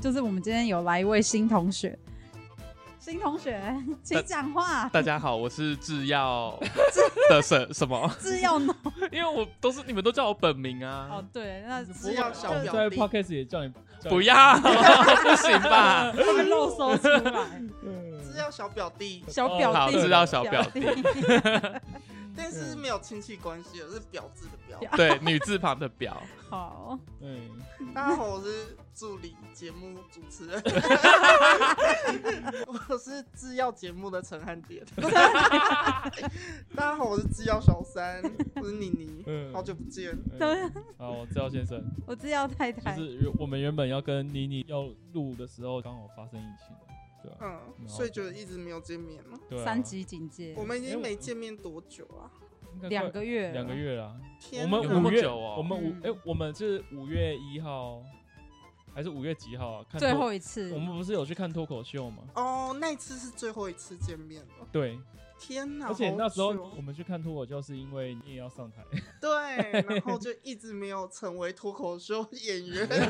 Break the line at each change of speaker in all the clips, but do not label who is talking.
就是我们今天有来一位新同学，新同 学，请讲话，
大家好，我是制 药的什什么？
制药 脑。
因为我都是你们都叫我本名
哦
啊，，
对，那
不要小
就
表
在
弟
podcast 也叫你叫
不要 不行吧？
会不会漏搜出 来，嗯
是
你
要小表弟，
小
哦
表
好
弟，
知道小表
弟，
但是
嗯
没有亲戚关系的，是表字的表。
对，女字旁的 表，
好，
嗯，
大家好，我是助理节目主持 人，我是制药节目的陈汉 典。 大家好，我是制药小三，我是妮妮，
嗯
好久不见。
对
嗯，好，我知道先生，
我制药太
就
太，
是我们原本要跟妮妮要录的时候，刚好发生疫情，对吧？
嗯，所以就一直没有见面了。
对啊，
三级警戒
我，们已
哎
经没见面多久啊？
应该快
两个月，
两个，月了。我
天哪，
们
有那
五
么
月，
久哦
我们
嗯
五哎，我们是五月一号还是五月几号啊？看
最
脱
后一次
我，们不是有去看脱口秀吗？
哦，那一次是最后一次见面了。
对，
天哪！
而且
好
那时候
久哦
我们去看脱口秀，是因为你也要上台，
哦
对，然后 就一直没有成为脱口秀演员，这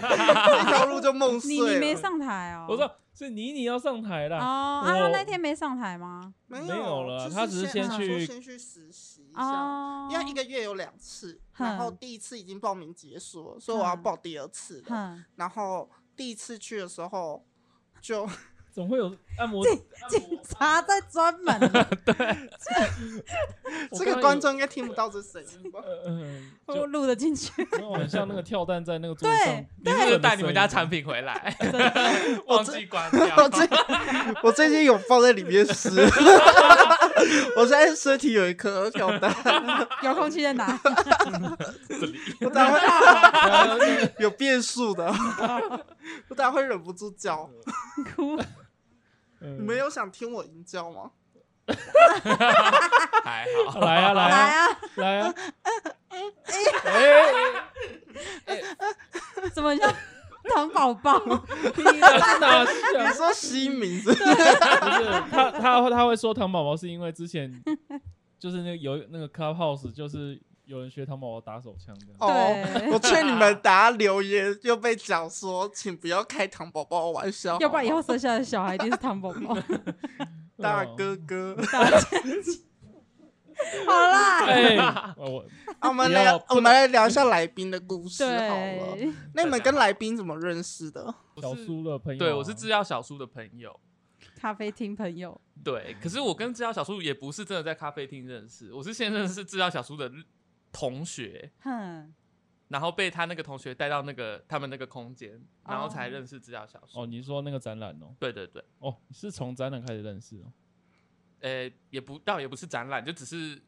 条路就梦碎
你你没
了。
上台哦，
我说是妮妮要上台
哦
啦。
啊，
我
他那天没上台吗？
没
没有了
就是
他只是
先
先去
想说先去实习一下，
哦，
因为一个月有两次，
哼
然后第一次已经报名结束了，所以我要报第二次了。
嗯
哼，
然后第一次去的时候就
总会有按摩。
警察在专门
我刚
这个
刚
观
有
众应该听不到这声音 吧？
呃嗯，
我
就
录得进去，
然后很像那个跳蛋在那个桌上，
对
你是不是带你们家产品回来， 忘记关
我
掉？
最我最近有放在里面吃， 我现在身体有一颗跳蛋，
遥控器在 哪？
我等下会
对啊
有变数的，我等下会忍不住叫。
哭，
嗯
你们有想听我吟叫吗？
还好，
来啊来
来
啊
啊！
来啊！哎，
怎 么像糖宝宝？
你在哪
你
想？
说西明是不是？
不是他他他会说糖宝宝是因为之前就是那个有那个 Clubhouse 就是有人学糖宝宝打手枪这样。
哦
对，
我劝你们打留言又被讲说，请不要开糖宝宝玩笑，哦
要不然以后生下来的小孩一定是糖宝 宝。
大
哦
哥哥，
嗯好啦，
哎，我我
啊我们
不
来
要
聊
不
我们来聊一下来宾的故事好了。
对，
那你们跟来宾怎么认识的？
小
我是
苏的朋 友啊，
对，我是制药小叔的朋友。
咖啡厅朋友，
对，可是我跟制药小叔也不是真的在咖啡厅认识，我是先认识制药小叔的同学，
哼，
然后被他那个同学带到那个他们那个空间，然后
哦
才认识制药小叔。
哦，你说那个展览哦，
对对对，
哦，你是从展览开始认识哦。
呃，也不倒也不是展览，就只是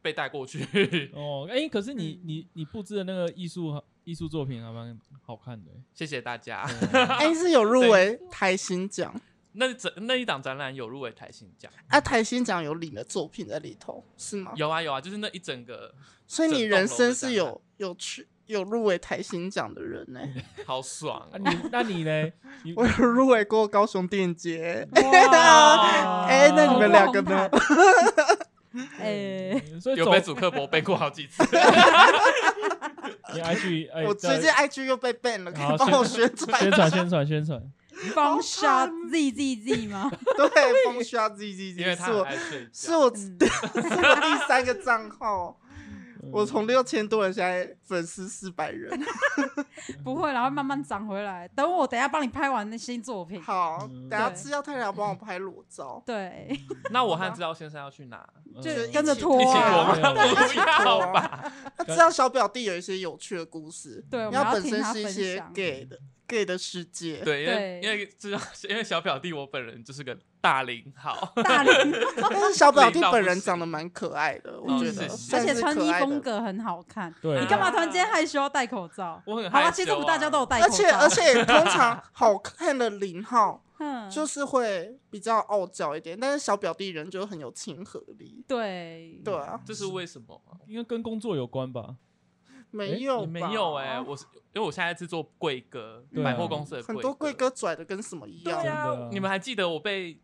被带过去。
哦，哎，可是你你你布置的那个艺术艺术作品还蛮好看的欸。
谢谢大家。
哎，是有入围台新奖，
那整那一档展览有入围台新奖，
啊，台新奖有你的作品在里头是吗？
有啊有啊，就是那一整个
所以你人生是
整栋
有有去有入围台新奖的人呢、
好爽
啊
哦、
你那你呢？你
我 有入围过高雄电影节，
啊
哇
哎那你们两个呢
好梦幻？ 哎，
嗯所以
哦有
走
被主客博背过好几次，
你 IG 哎，
我
再
最近 IG 又被 ban 了，可以
好
帮我宣传
宣
一
传
下。
宣传宣传，
封杀 Z Z Z 吗？
对，风需要 Z Z
因为
Z，
他
是
很
我
爱睡觉。
是我是
嗯
我第三个账号，
嗯
我从六千多人现在粉丝四百人。
不会啦，然后慢慢长回来。等我等一下帮你拍完那新作品。
好，
嗯
等下
对
吃药太太帮我拍裸 照，
对，
那我和知道先生要去哪？
嗯
就
就一
跟着
起
拖
一起
啊
过吗？
没有没有
不要吧，
啊知道小表弟有一些有趣的故事，
对，我们
然后本
听
身
他
是一
分
些
享。
gay 的 gay 的世界。
对，因为
对
因为知道，因为小表弟我本人就是个大零号，
大龄，
但是 小表弟本人长得蛮可爱的，我
嗯
觉得，
是是
而
算
且
是
穿
可
衣
爱的
风格很好看。
对
你干嘛突然间害羞要戴口罩？
我很
好
害羞、
啦，
啊。
其实我们大家都有戴口
而
罩，
且 而且，通常好看的零号
嗯，
就是会比较傲娇一点，但是小表弟人就很有亲和力。
嗯
对
对啊，
这是为什么啊？
应该跟工作有关吧？
没有
也
吧
没有哎、我是因为我现在是做贵哥，
对啊
百货公司的
很多贵
贵。
哥拽的跟什么一
对
样。
真的
啊
啊，
你们还记得我被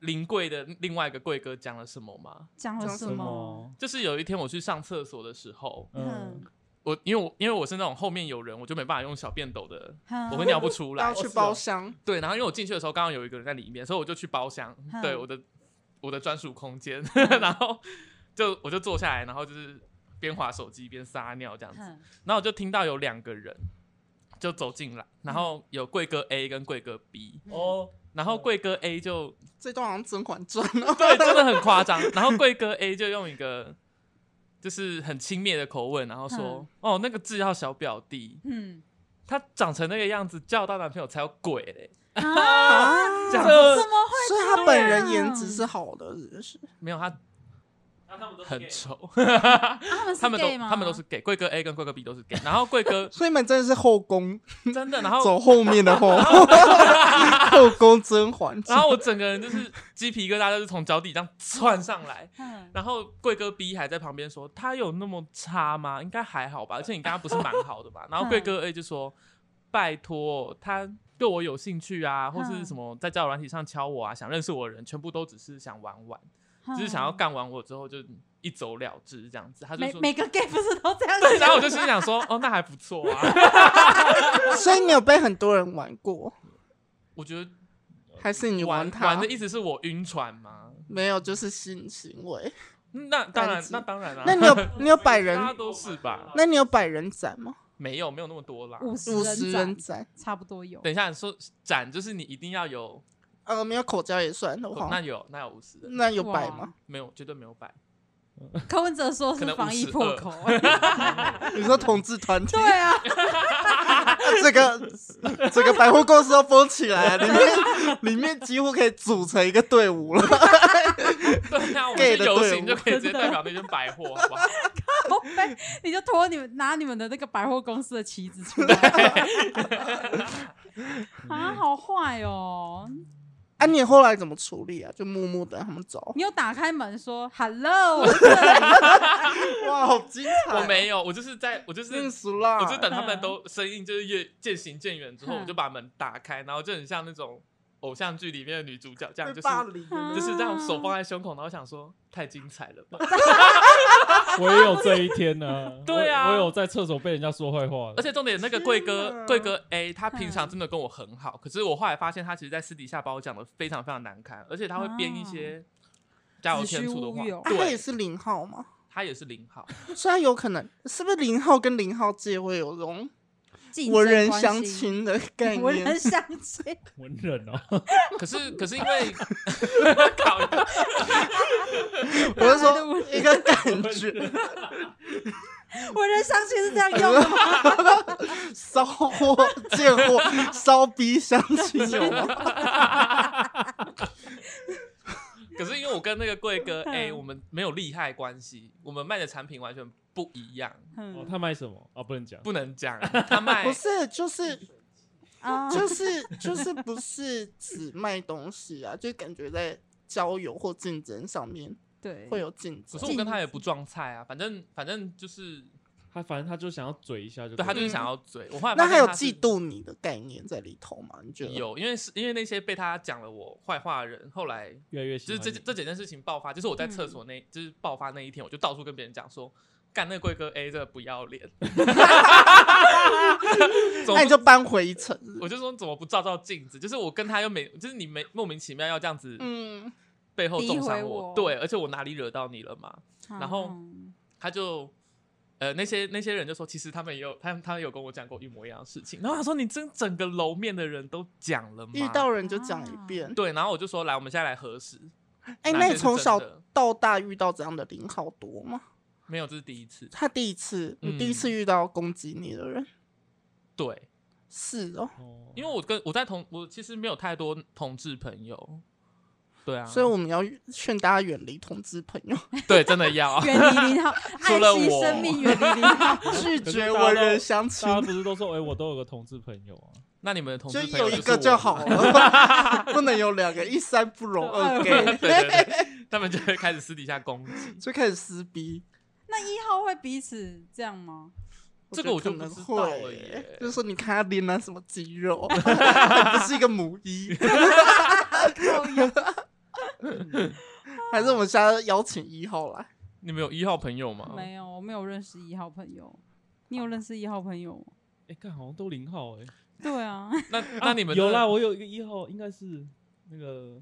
临柜的另外一个贵哥讲了什么吗？
讲了
讲什
什么？
么？
就是有一天我去上厕所的时候，
嗯，
我因为我因为我是那种后面有人，我就没办法用小便斗的，
哈
我会尿不出来 哦
要。去包厢，
对，然后因为我进去的时候刚好有一个人在里面，所以我就去包厢，
嗯
对我的我的专属空间， 然后就我就坐下来，然后就是边划手机边撒尿这样子，
哼
然后我就听到有两个人就走进来，然后有贵哥 A 跟贵哥 B，
哦，
然后贵哥 A 就
这段好像《甄嬛传》哦。
对，真的很夸张。然后贵哥 A 就用一个就是很轻蔑的口吻，然后说：“哦，那个志耀小表弟，
嗯
他长成那个样子，叫到男朋友才有鬼嘞。
啊，
这样
怎
这
么会？
所以他本人颜值是好的，是不是？
没有他
那他们都
很丑，
啊他们
他
是
们都
gay 吗？
他们都是给贵哥 A 跟贵哥 B 都是给，然后 贵哥
所以你们真的是后宫，
真的，然后
走后面 的后，后宫甄嬛。
然后我整个人就是鸡皮疙瘩，就是从脚底这样窜上来。
哼，
然后贵哥 B 还在旁边说：“他有那么差吗？应该还好吧，而且你刚刚不是蛮好的 吧？”然后
嗯
贵哥 A 就说：“拜托，他对我有兴趣啊，或
嗯
是什么在交友软体上敲我啊，想认识我的人，全部都只是想玩玩，
哼
只是
嗯
想要干完我之后就一走了之这样子。”他就
每
说。
每个 gay 不是都这样
对，
子？
然后我就心想说，哦，那还不错啊。
所以你有被很多人玩过，
我觉得
还是你
玩
他？
的意思是我晕船吗？嗯
没有，就是性行 为。
那当然
单，机
那当然啦、啊
那你有你有
大
百
家
人，
都是吧？
那你有百人斩吗？
没有，没有那么多啦。
五十
五
人
十人
斩
斩，
差不多有
等一下，说展就是你一定要有
呃，没有口交也算的
哦那
话，
有那有五十的，
那有百吗？
没有绝对没有百。
柯文哲说
可
是
能
防疫
52
破口，
你说同志团体
对，啊，
这个整个百货公司都封起 来了，里面里面几乎可以组成一个队伍了。
对啊，我们
gay
去
的
游
队
行就
伍
可以直接代表那间百货，好不 好？
靠背你就拖你们拿你们的那个百货公司的旗子 出来， 啊，好坏哦！
啊，你后来怎么处理啊？就默默等他们 走。
你有打开门说 “hello”，我这里
哇，好精彩！
我没有，我就是在我就是。
认识啦，
我就等他
啊
们都声音就是越渐行渐远之后，我就把门打开，然后就很像那种偶像剧里面的女主角这样，
被
就是
霸凌
啊
就是这样手放在胸口，然后想说太精彩了吧。
我也有这一天呢。
对啊
我我有在厕所被人家说坏话的，
而且重点，那个贵哥
天啊嗯
贵哥 A，他平常真的跟我很好，可是我后来发现他其实，在私底下把我讲的非常非常难堪，而且他会编一些加油添醋
子
的
虚乌有
话。
啊他也
对，
是零号嘛，
他也是零号，
虽然有可能，是不是零号跟零号界会有这种
竞
文
争
人
关
相
系，
亲的概
文人
念？
相亲，
文人哦，
可是可是因 为靠腰
我是
对
说
文
一个感觉，
文人相亲是这样用 的吗？
骚货、贱货、骚逼相亲 有吗？
可是因为我跟那个贵 哥 A，
嗯
我们没有利害关系，我们卖的产品完全不一样，
哦
嗯
他卖什么啊？不能讲。
不能讲。他 卖
不是，就是
啊，
就是就是不是只卖东西啊，就感觉在交友或竞争上面
对，
会有竞
可
争
是。我跟他也不撞菜啊，反正反正就是，
嗯
他反正他就想要嘴一下就
对他
了
就是想要嘴。我后来发
那
现
还有
他是
嫉妒你的概念在里头吗？你觉得？
有，因为是因为那些被他讲了我坏话的人，后来
嗯
越来越喜
就
欢
是
你。
这这几件事情爆发，就是我在厕所那，就是爆发那一天，我就到处跟别人讲说，干那个贵哥 A 这个不要脸，怎
那
么
你就搬回一层。
不我就说怎么不照照镜子？就是我跟他又没，就是你没莫名其妙要这样子
嗯，
背后重
诋毁
伤
我
对，而且我哪里惹到你了嘛？然后
嗯
他就。呃，那些那些人就说，其实他们也有，他们他们有跟我讲过一模一样的事情。然后他说，你真整个楼面的人都讲了吗？
遇到人就讲一遍。
对，然后我就说，来，我们现在来核实。
哎、
哪
那
些
你
是
从
真
小
的
到大遇到这样的零号多吗？
没有，这是第一次。
他第一次，你第一
嗯
次遇到攻击你的人、
对，
是哦，
哦
因为我跟我在同我其实没有太多同志朋友，对啊，
所以我们要劝大家远离同志朋友，
对真的要
远离零号，
啊除了
爱惜
我
生命，远离 零
啊
号。
拒
可是大
绝
家
文
都
人相亲
大家。不是都说，哎，我都有个同志朋友啊，
那你们的同
就
志朋
有
友
一
是
个就
我，
好 了，不能有两个，一山不容二
对 对
gay，
对， 他们就会开始私底下攻击。
就开始撕逼。
那一号会彼此这样吗？
这个我
觉
就不
得可能
知道了
会
耶
耶，就是说你看他练了什么肌肉， 还不是一个母一，
靠腰
嗯
还是我们下次邀请一号来？
你们有一号朋友吗？
没有，我没有认识一号朋友。你有认识一号朋友吗？
哎，看好像都零号哎。
对 啊，
哦
那那你们
有啦，
啦？
我有一个一号，应该是那个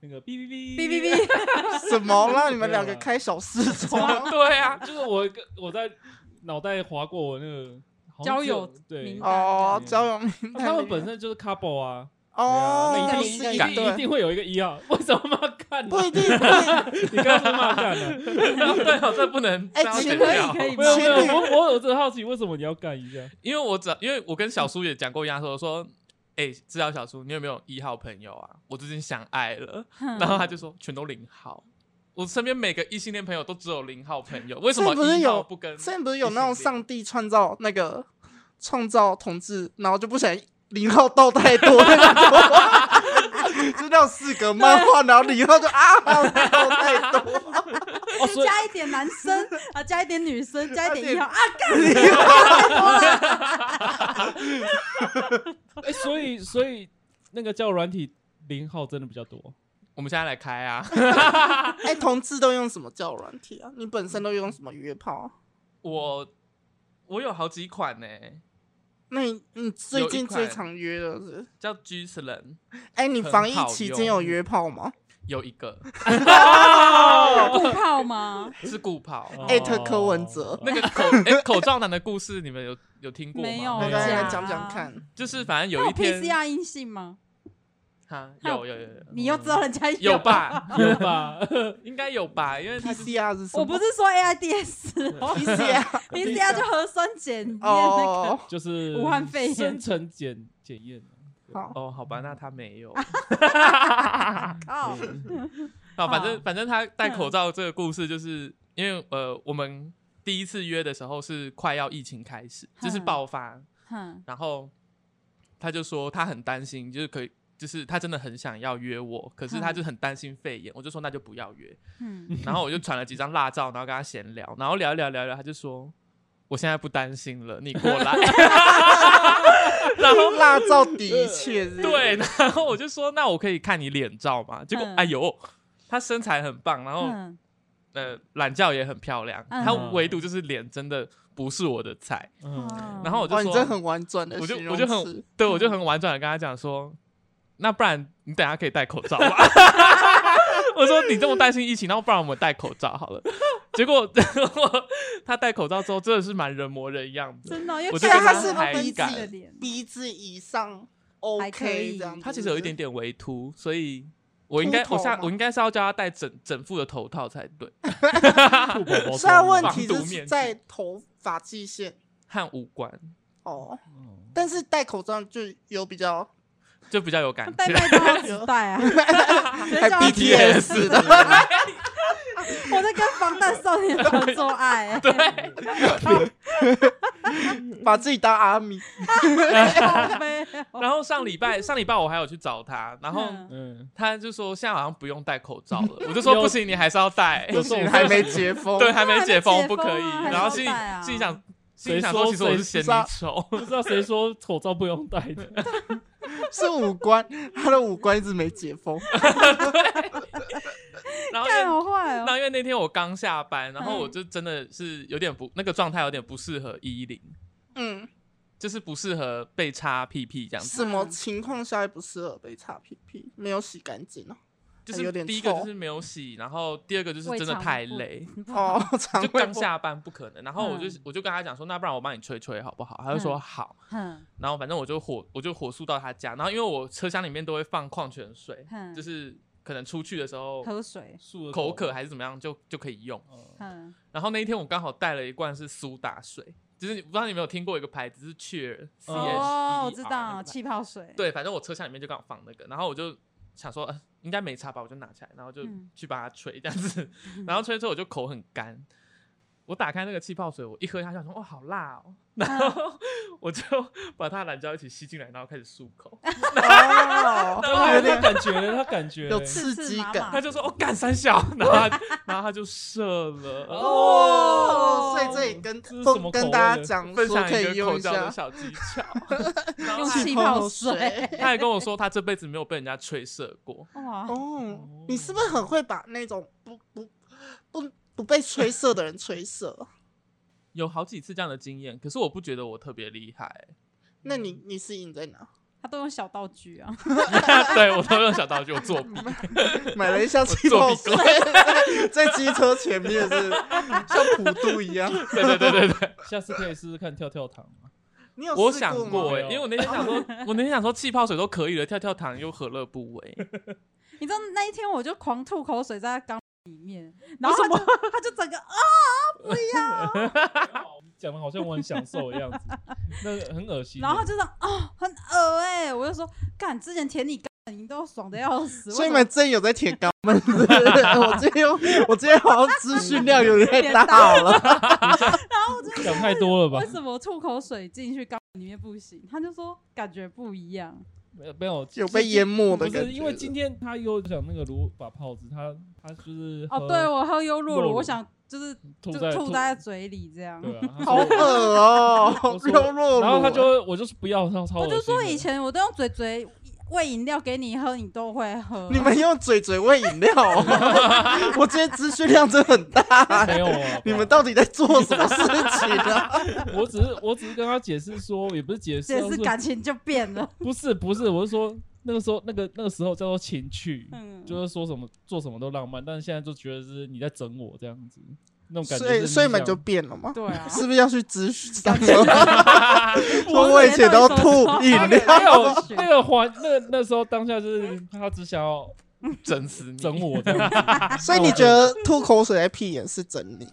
那个哔哔哔
哔哔哔，
什么让你们
没有
两个
啊
啦
开小视窗？
哇对啊，
哔，就是我跟我在脑袋划过我那个好像
交
只有
友
对
名单。
哦，交友名
啊
单
他们
里面
本身就是 couple 啊，
哦，
对啊那一定
是
一
一
定一
对，
定会有一个一号，为什么骂干呢
不？一定，不一定
你刚刚是骂干 呢？
对哦，这不能
哎
这样
其
剪
实
可以
掉。
可以
没有没
吗？
有，我我有这好奇，为什么你要干 一下？
因为我只因为我跟小苏也讲过一样说，我说，哎、知道小苏，你有没有一号朋友啊？我最近想爱了，
嗯
嗯
然后他就说全都零号。我身边每个异性恋朋友都只有零号朋友，为什么
所以不是
一号
有
不跟？
之前不是有那种上帝创造那个创造同志，然后就不想零号倒太多的那种，就那种四格漫画，然后零号就啊倒太多，
哦，所以
加一点男 生啊，加一点女生，加一点一号啊，
哎，所以所以那个叫软体零号真的比较多。
我们现在来开啊！
哎、同志都用什么叫软体啊？你本身都用什么约炮、啊？
我我有好几款欸呢、
那你你最
有一
近
款
最常约的是？
叫 G s l a n
哎、你
很
防疫
好
期
用
间有约炮吗
有一个
啊
哦
不泡吗？
是固跑，
哦
艾特柯文哲
那个口哎、口罩男的故事，你们有有听过吗？
没有
我
没
刚
有
才来
哦假
讲讲看，
就是反正
他
有
有
一天，
PCR 阴性吗？
哈，
他
有有有有
你又知道人家
有？吧？
有吧？
应该有吧？因为他就是
，PCR 是什么？
我不是说 AIDS 哦
PCR
，PCR 就核酸检验那个
哦，
就是
武汉肺炎
生成检检验啊。
好，
哦，好吧，那他没 有。
靠，
啊，反正
好
反正他戴口罩这个故事，就是因为呃，我们第一次约的时候是快要疫情开始，就是
嗯
爆发，
哼
然后他就说他很担心，就是可以。就是他真的很想要约我，可是他就很担心肺炎，我就说那就不要约。
嗯，
然后我就传了几张辣照，然后跟他闲聊，然后聊一聊聊一聊，他就说我现在不担心了，你过来。然后
辣照底一切是不是
对，然后我就说那我可以看你脸照嘛？结果、
嗯
哎呦，他身材很棒，然后、
嗯
呃懒觉也很漂亮，
嗯
她唯独就是脸真的不是我的菜。
嗯，
哦
然后我就
哇，哦你
说，
真的很婉转的
我就
形容
我就
词
很对，我就很婉转的跟她讲说，那不然你等下可以戴口罩吧。 我说你这么担心疫情，那不然我们戴口罩好了。结果 她戴口罩之后，真的是蛮人模人样的。
真的，因为
我
就
看
觉得
到
是
很
鼻
分
子
析的脸，
鼻子以上
还可以
OK 这样子。
她其实有一点点微凸，所以我应该
秃头
我下
吗
我应该是要叫她戴整整副的头套才对，
嗯兔宝宝
虽然问
装
题
防毒
是
面
在头发际线
和五官
哦，
哦
但是戴口罩就有比较
就比较有感
戴
觉。
麦当劳纸袋 啊，还
还 BTS 的，
我在跟防弹少年团做爱、 欸，
把自己当 阿米。
靠背哦
然后上礼拜上礼拜我还有去找她，然后。
嗯
嗯，
他就说现在好像不用戴口罩 了，我就说不行，你还是要戴，
有这
不
种
行，还没解 封。
对，还没解
还
封，
没解封啊
不可以。
还是要
然后心里
戴啊
心里想，
谁
心里想说，
说
其实我是嫌你丑，
不知道谁说口罩不用戴的，
是五官， 他的五官一直没解封。
然后因为
干好坏
然后
哦，
因为那天我刚下班，然后
嗯
我就真的是有点不那个状态，有点不适合衣领，
嗯，
就是不适合被擦屁屁这样子，
什么情况下也不适合被擦屁屁？没有洗干净哦。
哎
就
有
是
点
第一个
臭
就是没有洗，然后第二个就是真的太累，
哦，肠
就
胃
刚
不
下班不可能。然后我就
嗯
我就跟他讲说，那不然我帮你吹吹好不好？他就说
嗯
好。
哼
然后反正我就火，我就火速到他家。然后因为我车厢里面都会放矿泉水，
哼
就是可能出去的时候
嗯喝水，
漱
口渴，还是怎么样，就就可以用。
哦
哼
然后那一天我刚好带了一罐是苏打水，就是不知道你有没有听过一个牌子是 Cheer C H E E R
哦，我知
那
道
个牌
气泡水，
对，反正我车厢里面就刚好放那个，然后我就想说，呃、应该没差吧，我就拿起来，然后就
嗯
去帮他吹这样子，然后吹吹我就口很干。我打开那个气泡水，我一喝下去，想说哇，好辣哦！
嗯
然后我就把它的蓝椒一起吸进来，然后开始漱口。
啊
哦，
他他
有点
感觉了，他感觉
有
了
刺
刺
激
麻
感
麻。
他就说：“哦，干三小。”然后他，然后他就射了。
哦，所以这里跟
这是什么口
跟
味
大家
的
讲
分
说
享
可
一
以
个
用
口
一
罩的
下
小技巧，
用气泡水，
他还跟我说他这辈子没有被人家吹射过。
哇，
哦。你是不是很会把那种不不不不被吹射的人吹射？
有好几次这样的经验，可是我不觉得我特别厉害。
那你你是赢在哪？
他都用小道具啊，
对我都用小道具，我作弊。
买了一箱气
作
泡
弊
水， 在机车前面是像普渡一样。
对对对对对，
下次可以试试看跳跳糖嘛。
你有
我
试
想
过
过
吗
哎、因为我那天想说，我那天想说气泡水都可以了，跳跳糖又何乐不为？
你知道那一天我就狂吐口水在他缸里面，然后他就他就整个啊，
讲的好像我很享受的样子，那个很恶心耶。
然后就这样啊，很恶哎、我就说干，之前舔你缸你都爽的要死，
所
为
以你
什么
们真有在舔肛门，是不是我今天我今天好像资讯量有点太大 了。
欸讲太多了吧
为？什么吐口水进去缸里面不行？他就说感觉不一样，
没有没有，
有被淹没的
不
感觉
是因为今天他又讲那个如法炮制，他他就是
哦，
喝
对我喝优
洛
酪
乳
乳，我想就是
吐
就
在
吐在他嘴里这样。
对啊，他
好恶哦
我，说
肉肉。
然后他就我就是不要，超超
我
恶心
就
的。
说以前我都用嘴嘴喂饮料给你喝，你都会喝。
你们用嘴嘴喂饮料哦， 我今天资讯量真的很大。
没有啊，
你们到底在做什么事情啊？
我只是我只是跟他解释说，也不是解释，
解
我
释
说
感情就变了。
不是不是，我是说那个时候那个那个时候叫做情趣，
嗯，
就是说什么做什么都浪漫，但是现在就觉得是你在整我 这样子，那种感觉
所
是
以
你
所以你们
想
就变了吗？
对啊，
是不是要去 咨询？ 说我以前都吐饮
没
料，
有那个环，那那时候当下就是他只想要
整死你！
整我这样子，
所以你觉得吐口水在屁眼是真理，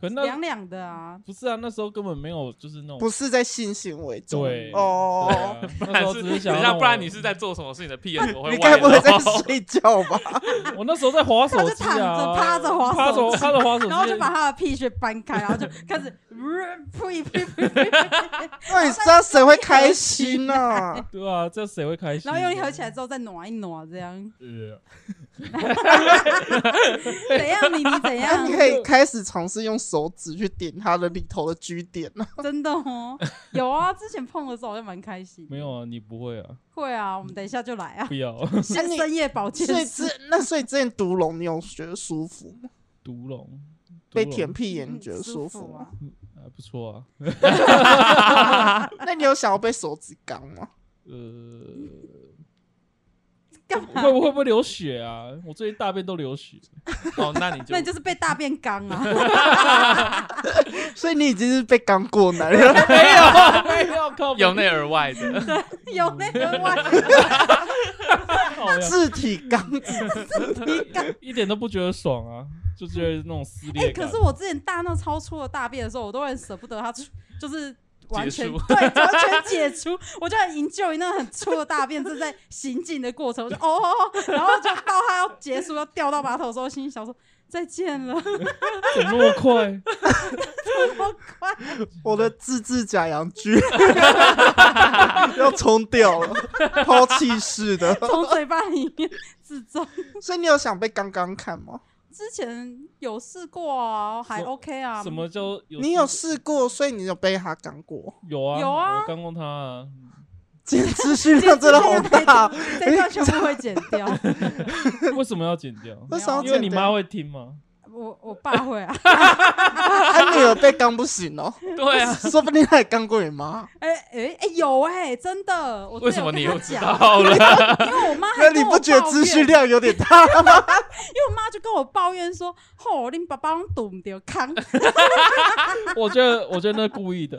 可是那
凉凉的啊，
不是啊，那时候根本没有就是那种
不是在性行为中？
哦对对
哦，
啊
不
那时
然
候
是
只是想
等一下，
要让
不然
我
你是在做什么事？你的屁 眼怎么会
你
歪
该不会
了
在睡觉吧？
我那时候在滑手
他就
机
躺着
啊，
趴着滑
趴
手
着
机，
趴着滑手机，
然后就把他的屁穴搬开，然 后就开始呸呸呸呸，
那你知道谁会开心呢、
对啊，这谁会开心？
然
啊
后用力合起来之后再挪一挪，这样
呃，
怎样你你怎
那
样
你，可以开始尝试用手指去点它的里头的 G 点啊
真的哦，有啊，之前碰的时候我就蛮开心，
没有啊，你不会啊，
会啊，我们等一下就来 啊，
不要
深
你
深夜保健
所以
室
之那所以之前独龙你有觉得舒服吗？
独龙，
被
独龙
舔屁眼你觉得
嗯
舒
服
吗
啊？？
还不错啊，
那你有想要被手指刚吗？
呃，
干嘛
会？不会不会流血啊？我最近大便都流血，
哦，那 你就
啊那你就是被大便刚 啊！
所以你已经是被刚过男人了。
没有
哎
没有，靠北
由内而外 的，
有那个外
靠呀
自体刚
一点都不觉得爽啊，就觉得那种撕
哎、
裂
可
感。
是我之前大闹超出了大便的时候，我都很舍不得它出，就是完全
结束
对 完全解除，我就很 enjoy 那很粗的大便正在行进的过程，我就哦哦，哦，然后就到它要结束要掉到马桶的时候，心里想说再见了，
怎么那么快？
我的自制假洋具 要冲掉了，抛弃式的。
从嘴巴里面自走。
所以你有想被刚刚看吗？
之前有试过啊，还
什
OK 啊，
什么叫有
你有试过，所以你有被他刚过。
有啊
有啊
我刚过他啊，
今天资讯量真的好大，
这一段全部会剪掉。
为什么要剪掉？
为什么要
因为你
剪掉
妈会听吗？
我我爸会啊，
他女儿被刚不行 哦，
对啊，
说不定他也刚过你妈。
哎哎哎有哎、真的，我
为什么你又
又
知道了？
因为我妈还
那你
跟我
不觉得
抱
资
怨
讯量有点大吗？
因为我妈就跟我抱怨说：“吼、你爸爸拢堵唔掉康，
我觉得我觉得那故意的，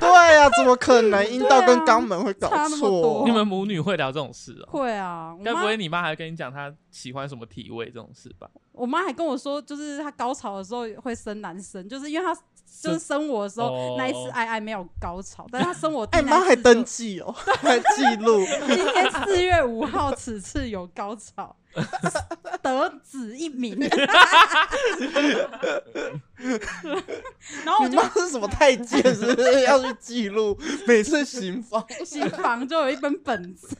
对呀、怎么可能阴道跟肛门会搞
啊差那么
错
多？
你们母女会聊这种事哦？
会啊，我
该不
妈
会你妈还跟你讲她喜欢什么体位这种事吧？
我妈还跟我说，就是她高潮的时候会生男生，就是因为她就是
生
生我的时候、
哦
那一次爱爱没有高潮，但是她生我第
哎，
那
妈
一
还
次
登
就
记 哦，还记录。
今天四月五号此次有高潮，得子一名。 然后我
你
就
妈是什么太监？是不是要去记录 每次行房？
新房就有一本本子，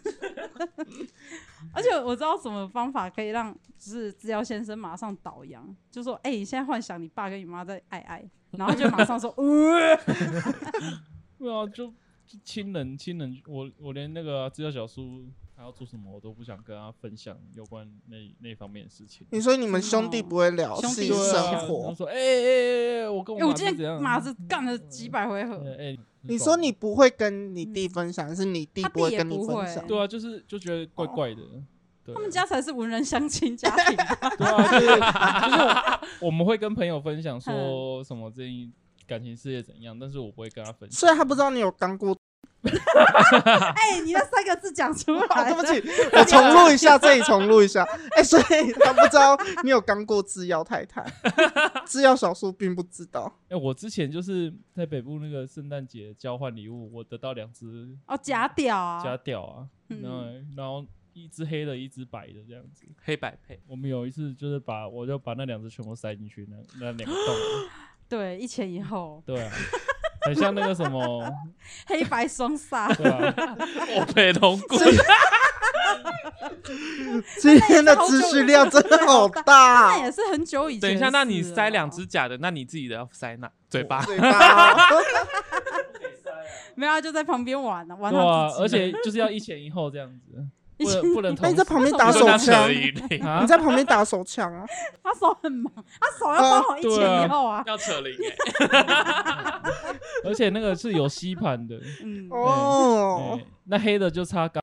而且我知道什么方法可以让就是资料先生马上倒洋，就说：“哎、你现在幻想你爸跟你妈在爱爱。”然后就马上说：“呃，
对啊，就就亲人亲人，我我连那个啊资料小叔他要做什么，我都不想跟他分享有关那那方面的事情。
你说你们兄弟不会聊
兄
性
弟
对啊
生
然后
活？
嗯
说哎哎哎哎，我跟
因为
我
我
马
今
子怎
天
样
马子干了几百回合，
哎哎，
你
爽
说
吗
你不会跟你弟分享，还是你弟
嗯他
不会
弟也
跟你
不
分
会
享？
对啊，就是就觉得怪怪的。
哦
对啊
他们家才是文人相亲家庭吧，
对啊，就是就是我们会跟朋友分享说什么最近感情事业怎样，但是我不会跟他分享。
所以他不知道你有刚过。
哎，你那三个字讲出
啊，
来了，
对不起，我重录一下，这里重录一下。 哎、所以他不知道你有刚过制药太 太，制药小叔并不知道。
哎、我之前就是在北部那个圣诞节交换礼物，我得到两只
哦，假屌
家
啊，
屌啊，
嗯
然后然后一只黑的，一只白的这样子。
黑白配，
我们有一次就是把我就把那两只全部塞进去那那两个洞，
对，一前一后，
对啊，很像那个什么，
黑白双煞，
对啊，
我陪龙骨，
今天的资讯量真的好大
那，也是很久以前。
等一下，那
啊
你塞两，只假的，那你自己的要塞哪？嘴巴。
啊嘴巴。
没有啊，就在旁边玩呢，玩
对
他
啊
自，己
而且就是要一前一后这样 子，
一
不
前
能不能 同
那你在
时
旁边打
就
手
当
枪
扯， 一铃，欸
啊
你，在旁边打手枪啊？
他手很忙，他手要刚好一前一后啊，
要扯铃哎、
而且那个是有吸盘的，
嗯，
哦
嗯
哎，那黑的就擦干，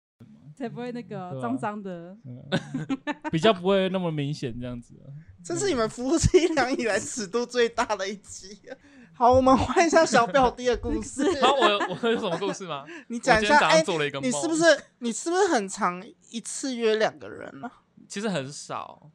才不会那个
对啊
脏脏的。
嗯比较不会那么明显这样子啊。
这是你们夫妻俩以来尺度最大的一集。好，我们换一下小表弟的故事。
然后我有我有什么故事吗？
你
我
讲一
今
下，
天早
哎、
上做了一个梦，
你是不是你是不是很常一次约两个人呢、
其实很少，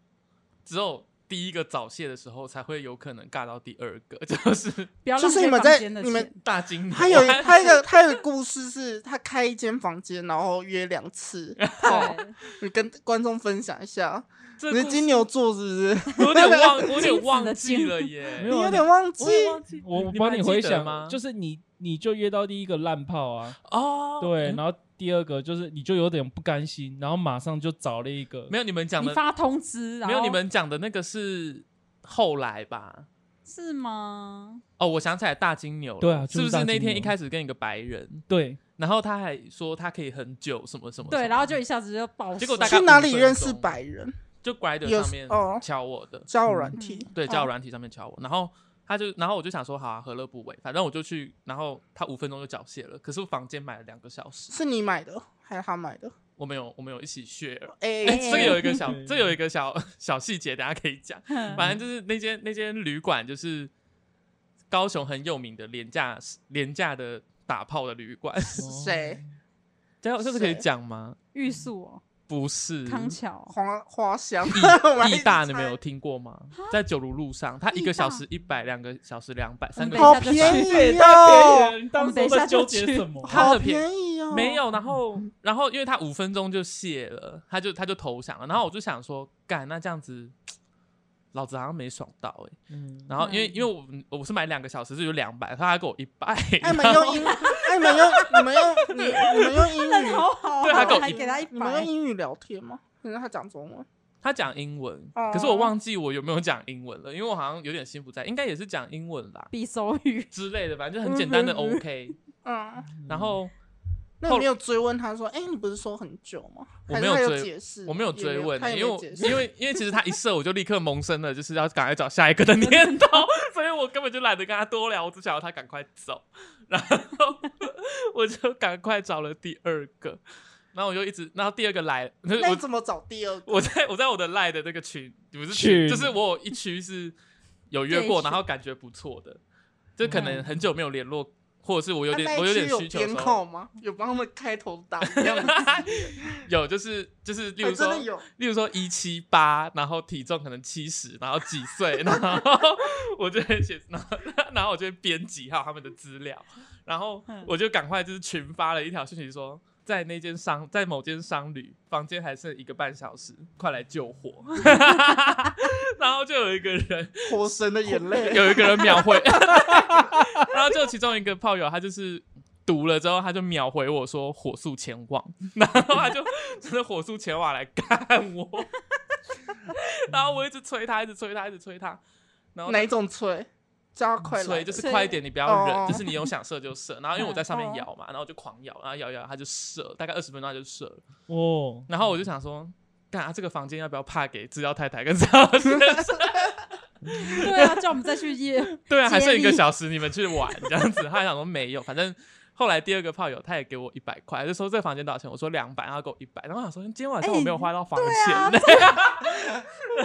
只有第一个早泄的时候才会有可能尬到第二个， 就是
不要浪
就是你
费
们
房
在
间的
你们
钱。
大金牛。
他有他有一个他有一个故事是，他开一间房间，然后约两 次。好，
对，
你跟观众分享一下，
这故
你是
事
金牛座是不是？
我有点忘，我 有
金子
点
的
忘记
金
了耶，
没
你
有啊
有点忘记
我，也忘记，
我我
你
帮
们
你
还记
回
得
想
吗
就是你你就约到第一个烂炮啊，
哦，
对，
嗯
然后第二个就是你就有点不甘心，然后马上就找了一个
没有你们讲
你
的，
发通知，然
没有
后
你们讲的那个是后来吧？
是吗？
哦，我想起来大金牛了，
对啊就是
是不
大
是那
金
天一
牛
开始跟一个白人，
对，
然后他还说他可以很久什么什么，
对，
什
然后
么
就一下子就爆。
结果大概
去哪里
五分
认识
钟
白人？
就 Grider
有
上面
哦
敲我的，
交友软体，
嗯对，交友
嗯
哦
软体上面敲我，然后他就，然后我就想说，好啊，何乐不为，反正我就去，然后他五分钟就缴械了，可是我房间买了两个小时，
是你买的还是他买的？
我们有我们有一起 share，
哎、
哎、这个有一个小
哎，
这有一个小小细节，等一下可以讲，
嗯
反正就是那间那间旅馆就是高雄很有名的廉价廉价的打炮的旅馆，
哦
谁？
这样这是可以
谁
讲吗？
玉树哦，
不是，
康桥，
花花香，
义
义
大你们有听过吗？在九如路上，它一个小时一百，两个小时两百，三个
我们
好
小
等一下就
时
去
便 宜
太便
哦，
宜
哎
了，你
我
当
们
时
等一下
在
就
纠结
去
什么？
它
好
的便
便宜哦，
没有，然后然后因为他五分钟就谢了，他就他就投降了，然后我就想说，干那这样子，老子好像没爽到哎、
嗯，
然后因为
嗯
因为我们我是买两个小时，就有两百，他还给我一百，
哎，你们
然后
用英，哎，你们用你们用你你们 用英语，
好好哦，
对他给我
还
一
给他一
你们用
百，
英语聊天吗？可是他讲中文，
他讲英文，
哦
可是我忘记我有没有讲英文了，因为我好像有点心不在，应该也是讲英文啦
比手语。
之类的，反正就很简单的
嗯嗯嗯
OK，
嗯，
然后。
那你没有追问他说，哎，你不是说很久吗？
我
还
没
是
有
他有
追
解释，
我没有追问、
他也
因为
没
我
解释，
因为因为其实他一射我就立刻萌生了，就是要赶快找下一个的念头，所以我根本就懒得跟他多聊，我只想要他赶快走，然后我就赶快找了第二个，然后我就一直，然后第二个来，
那你
我
怎么找第二个？
我在我在我的赖的那个群，不是群，
群
就是我有一区是有约过，
对
然后感觉不错的，就可能很久没有联络，或者是我有点、
啊
我
嗯那
有
一区
点
有
需求的
编
时候，
控吗？有帮他们开头打一 样吗，
有就是就是，例
还
如
哦 真
说
的有。
例如说一七八，然后体重可能七十，然后几岁， 然后我就会写， 然后然后我就会编辑好他们的资料，然后
嗯
我就赶快就是群发了一条讯息说，在那间商，在某间商旅房间还剩一个半小时，快来救火， 然后就有一个人
活神的眼泪。
有一个人秒回， 然后就其中一个炮友，他就是读了之后，他就秒回我说火速前往， 然后他就真的火速前往来干我， 然后我一直催他，一直催他，一直催他，然后
哪一种吹？叫他快
所
来
以
的，
就是
所以
快一点，你不要
哦
忍，就是你有想射就射。然后因为我在上面
嗯
摇嘛，然后我就狂摇，然后摇摇它就射，大概二十分钟它就射了。
哦，
然后我就想说，干、啊、这个房间要不要怕给资料太太跟资 料先生？
对啊，叫我们再去夜，
对啊，还剩一
接
个
力
小时你们去玩这样子。他还想说没有，反正后来第二个炮友他也给我一百块，就说这个房间多少钱？我说两百，然后他给我一百。然后我想说今天晚上我没有花到房钱 呢、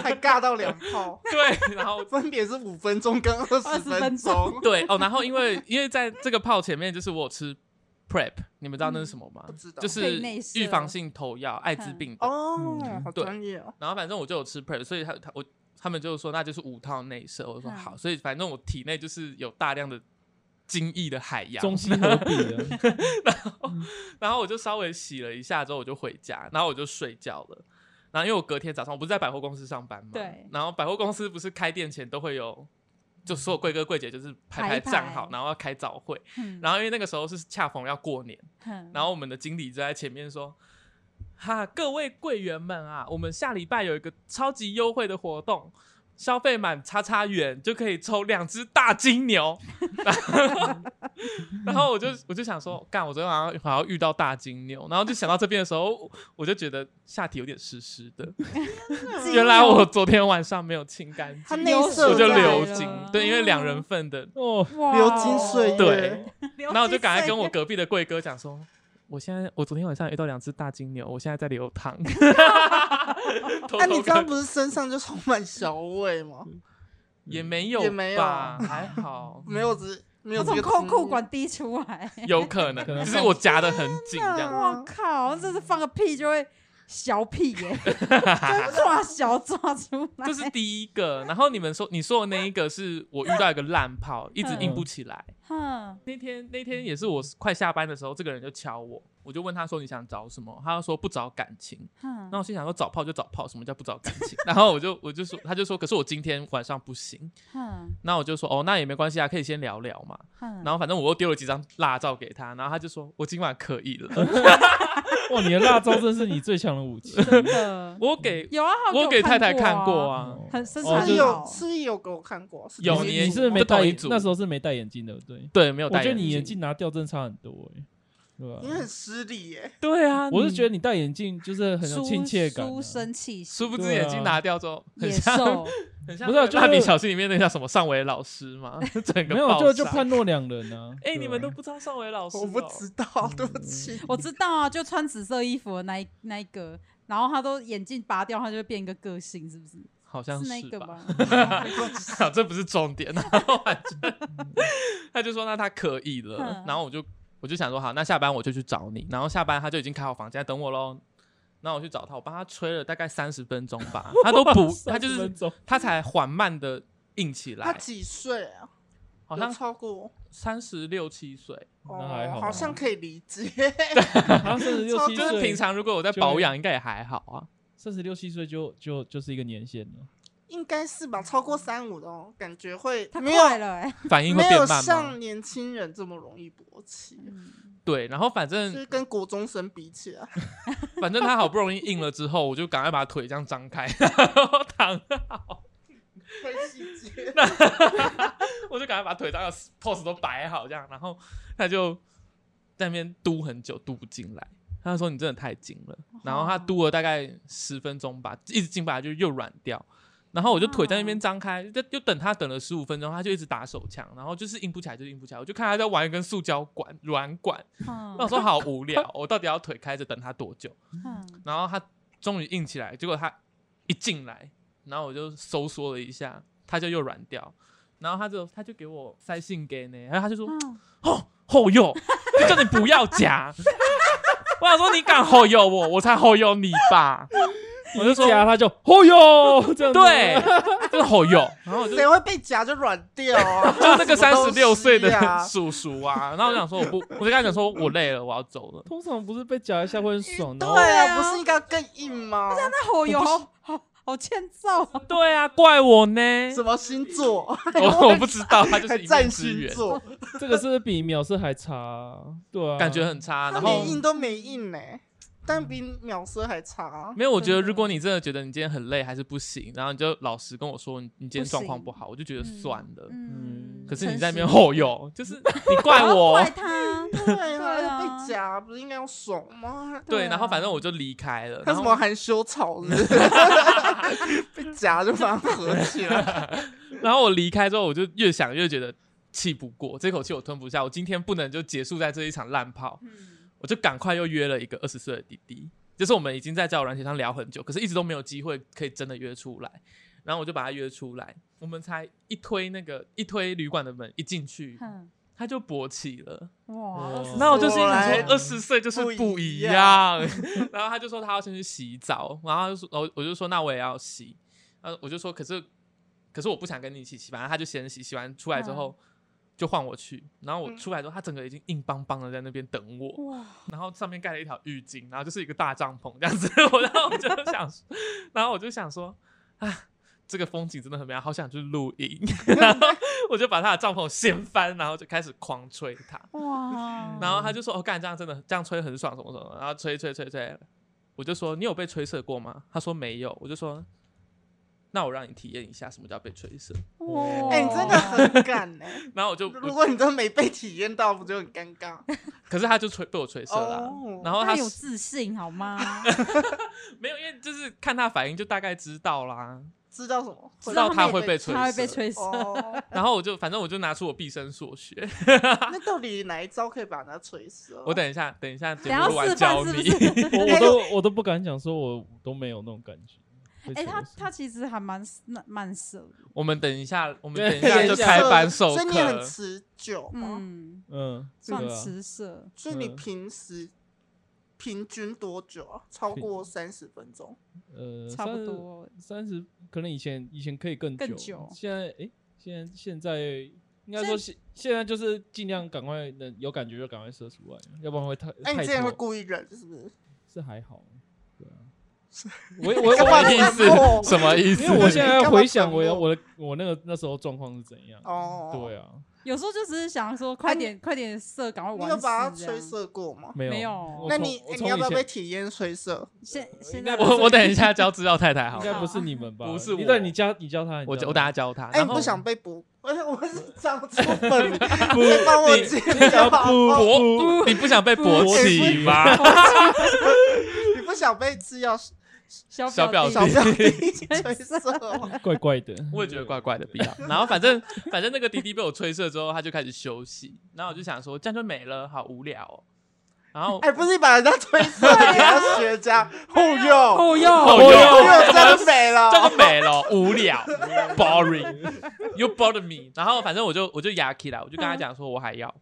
还尬到两炮，
对，然后。
分别是五分钟跟二十
20分
钟，
对哦，然后因为因为在这个炮前面就是我有吃 prep，你们知道那是什么吗？
嗯不知道
就是
对内射
预防性投药，艾滋病的。
哦
嗯，
好
对
专业哦，
然后反正我就有吃 prep，所以他他我他们就说那就是五套内射，我说
嗯
好，所以反正我体内就是有大量的精液的海洋，
中西合璧啊 的，
然后我就稍微洗了一下之后我就回家，然后我就睡觉了。然后因为我隔天早上我不是在百货公司上班嘛，
对
然后百货公司不是开店前都会有。就所有贵哥贵姐就是排
排
排
一排
站好，然后要开早会，
嗯
然后因为那个时候是恰逢要过年，
嗯
然后我们的经理就在前面说：“哈，各位柜员们啊，我们下礼拜有一个超级优惠的活动，消费满叉叉元就可以抽两只大金牛。 然后”然后我就我就想说，干，我昨天晚上好像遇到大金牛，然后就想到这边的时候，我就觉得下体有点湿湿的。原来我昨天晚上没有清干净，
他内
流
射
我就
水
在
流
了
精，对，因为两人份的
哦，
哇
流金岁月，
对，
流金岁月
然后我就赶快跟我隔壁的贵哥讲说，我现在我昨天晚上遇到两只大金牛，我现在在流 淌。偷
哎、
偷
你这样
看嗯
不是身上就充满小味吗？
也没有
也没有
吧，还好
，没有只没有
我
这
从
个
裤
经
裤
验
管滴出来，
有可能，
可能
只
放
是我夹的很紧这样。
我靠，
嗯
这是放个屁就会小屁耶、 就抓小抓出来，
这是第一个，然后你们说你说的那一个是我遇到一个烂炮，一直
嗯
硬不起来。
哼
那天那天也是我快下班的时候，这个人就敲我，我就问他说你想找什么，他就说不找感情。
哼
那我心想说找炮就找炮，什么叫不找感情？ 然后我就我就说他就说可是我今天晚上不行。
哼
那我就说哦，那也没关系啊，可以先聊聊嘛。
哼，
然后反正我又丢了几张辣照给他，然后他就说我今晚可以了。
哇，你的辣招真是你最强的武 器。
真的
我给
有啊，他
我给太太看过
过啊，
啊，
很身
哦
材
就
是
是
好
有，是有给我看过，是
有
同
你
一
你
组
是没
我
戴
同一
眼
组，
那时候是没戴眼镜的，对不对？
对，没有
我
戴
觉得
眼
你眼
镜，
镜拿掉真的差很多哎，对吧
你？很失礼耶、
对啊，
我是觉
得
得你戴眼镜就是很有
书
亲切感啊，
书生气息，
殊不知
对啊
眼镜拿掉之后，很
野
像
兽，
很像
不是啊
那个
就是
蜡笔小新里面那个叫什么上尾老师嘛， 整个
没有
爆
就就
炸
判若两人啊。
哎，
对
你们
啊
都不知道上尾老师哦，嗯
我不知道，对不起。
我知道啊，就穿紫色衣服的那一那一个，然后他都眼镜拔掉，他就会变一个个性，是不是？
好像
是那一个
吧
吧？？
好这不是重点。然后反正 他就说那他可以了
嗯，
然后我就我就想说好，那下班我就去找你。然后下班他就已经开好房间在等我喽。然后我去找他，我帮他吹了大概三十分钟吧，他都不，他就
30
是
分钟
他才缓慢的硬起
他
来，
几岁啊？
好
有
像嗯
超过
三十六七岁，
那还好
哦，
吧
好像可以理 解。
他四十六七岁，
就是平常如果我在保养，应该也还好啊。
三十六七岁就就就是一个年限了。应
应该是吧，超过三五的哦，感觉会
他
没有
快了哎、
反应会
没
变
有
慢吗？
像年轻人这么容易勃起，
嗯
对，然后反
就
正
是跟国中生比 起来，
反正他好不容易硬了之后，我就赶快把腿这样张开，然后躺好。
会细 节。
我就赶快把腿上的 pose 都摆好，这样，然后他就在那边嘟很久，嘟不进来。他就说：“你真的太紧了。”然后他嘟了大概十分钟吧，一直进来就又软掉。然后我就腿在那边张开，就就等他等了十五分钟，他就一直打手枪，然后就是硬不起来，就是硬不起来。我就看他在玩一根塑胶管软管，
嗯
那我说好无聊，我到底要腿开着等他多久？
嗯
然后他终于硬起来，结果他一进来，然后我就收缩了一下，他就又软掉，然后他就他就给我塞信给呢，然后他就说
嗯
哦后右，就叫你不要夹。 我想说你敢后右我，我才后右你吧。 我就说
一夹他就哦哟， 这样子
对，就是后右，然后我就
谁会被夹就软掉啊？
就那个三十六岁的
什么东西啊
叔叔啊， 然后我想说我不，我就跟他讲说我累了，我要走 了。
通常不是被夹一下会很爽，然后
对
对
啊，
啊
不是应该更 硬吗？
那好有好好好欠揍啊！
对啊，怪我 呢，
什么星座？
我我不知道，他就是
还
一面
占
之
星
缘。
座，
这个是不是比秒射还差啊？对啊，
感觉很差。
他
然后
连硬都没硬呢、但比秒射还差啊、
没有，我觉得
真的
如果你真的觉得你今天很累还是不行，然后你就老实跟我说你你今天状况不好，我就觉得算了。
嗯，
可是你在那边
诚
吼有，就是你怪
然后
我
怪， 他，
对
对
啊，
啊
被夹不是应该要爽吗？啊
对，然后反正
我
我就离开了。
他
然
什
后
么含羞草是不 是被夹就把它合起来，
然后我离开之后，我就越想越觉得气不过，这口气我吞不下，我今天不能就结束在这一场烂炮，
嗯
我就赶快又约了一个二十岁的弟弟，就是我们已经在交友软体上聊很久，可是一直都没有机会可以真的约出来，然后我就把他约出来，我们才一推那个一推旅馆的门，一进去
哼
他就勃起了，
哇，
嗯那我就心想
我来
说二十岁就是
哦不
不
一
一
样
样， 然后他就说他要先去洗澡，然后他就说，我我就说那我也要洗，呃，我就说可是可是我不想跟你一起洗，反正他就先洗，洗完出来之后。就换我去，然后我
嗯
出来之后，他整个已经硬邦邦的在那边等我，
哇，
然后上面盖了一条浴巾，然后就是一个大帐篷这样子。我然后我就想， 然后我就想说，啊，这个风景真的很美啊好，好想去露营。 然后我就把他的帐篷掀翻，然后就开始狂吹他。
哇，
然后他就说：“哦，干这样真的这样吹很爽，什么什么。”然后吹吹吹吹，我就说：“你有被吹射过吗？”他说：“没有。”我就说：“那我让你体验一下什么叫被吹射。哦
哇，
哎、你真的很敢哎、”
然后我就，
如
我
果你真的没被体验到，不就很尴尬？
可是他就吹被我吹射了啊、
哦
然后
他
他
有自信好吗？
没有，因为就是看他反应就大概知道啦。
知道什么？
知道他
会
会被吹
他会被
射
吹死，
哦，
然后我就反正我就拿出我毕生所学，
那到底哪一招可以把人家吹死啊？
我等一下等一下节
等一下
目录完
示范
教
是不
你。
我我都我都不敢讲，说我都没有那种感觉。
哎，他
被
他其实还蛮蛮蛮色的，
哦
我们等一下，我们等
对
一下就开班授
所以你很
课。
持久吗？
嗯，
嗯，
算
对啊
吃色，
所以你
嗯
平时平均多久啊？超过三十分钟？
嗯
呃，
差不多。
三十，可能以前以前可以更
更久
现在哎，现在现在应该说现现在就是尽量赶快能有感觉就赶快射出来，啊要不然会太
哎、你
太
之前会
痛。
故意忍是不是？
是还好，对啊，
我我什 么意思？什么意思？
因为我现在
干嘛
回想我
沉默
我的我那个那时候状况是怎样。
哦，
对啊，
有时候就只是想说，快点快点射，赶快
你
玩
有
死这
把
样。
它吹射过吗？
没有
没有
嗯我
那
从
你、
我
哎
从
你要不要
以前
被体验吹射？
现现
应
在不
该
是
我我等一下教知道太太好
应
了，
该不是你们吧？
不是我
你对，你教你教他，
我
你教
我等下教他。
哎、
然
你
后
不想被捕？ 哎、我是张出本名，你帮我
你
剪掉好不好
勃，你不想被勃起吗？
你不想被制药小
小
小表
表
弟
弟
表弟吹 射吗？
怪怪的，
我也觉得怪怪的，必要。然后反正反正那个滴滴被我吹射之后，他就开始休息。然后我就想说，这样就没了，好无聊、哦。然后
哎、不是你把人家推射，你要学家后右，
后右
后
后
右
右真的没了
这。就没了，无聊，boring，you bother me。然后反正我就我就牙起来，我就跟他讲说，我还要，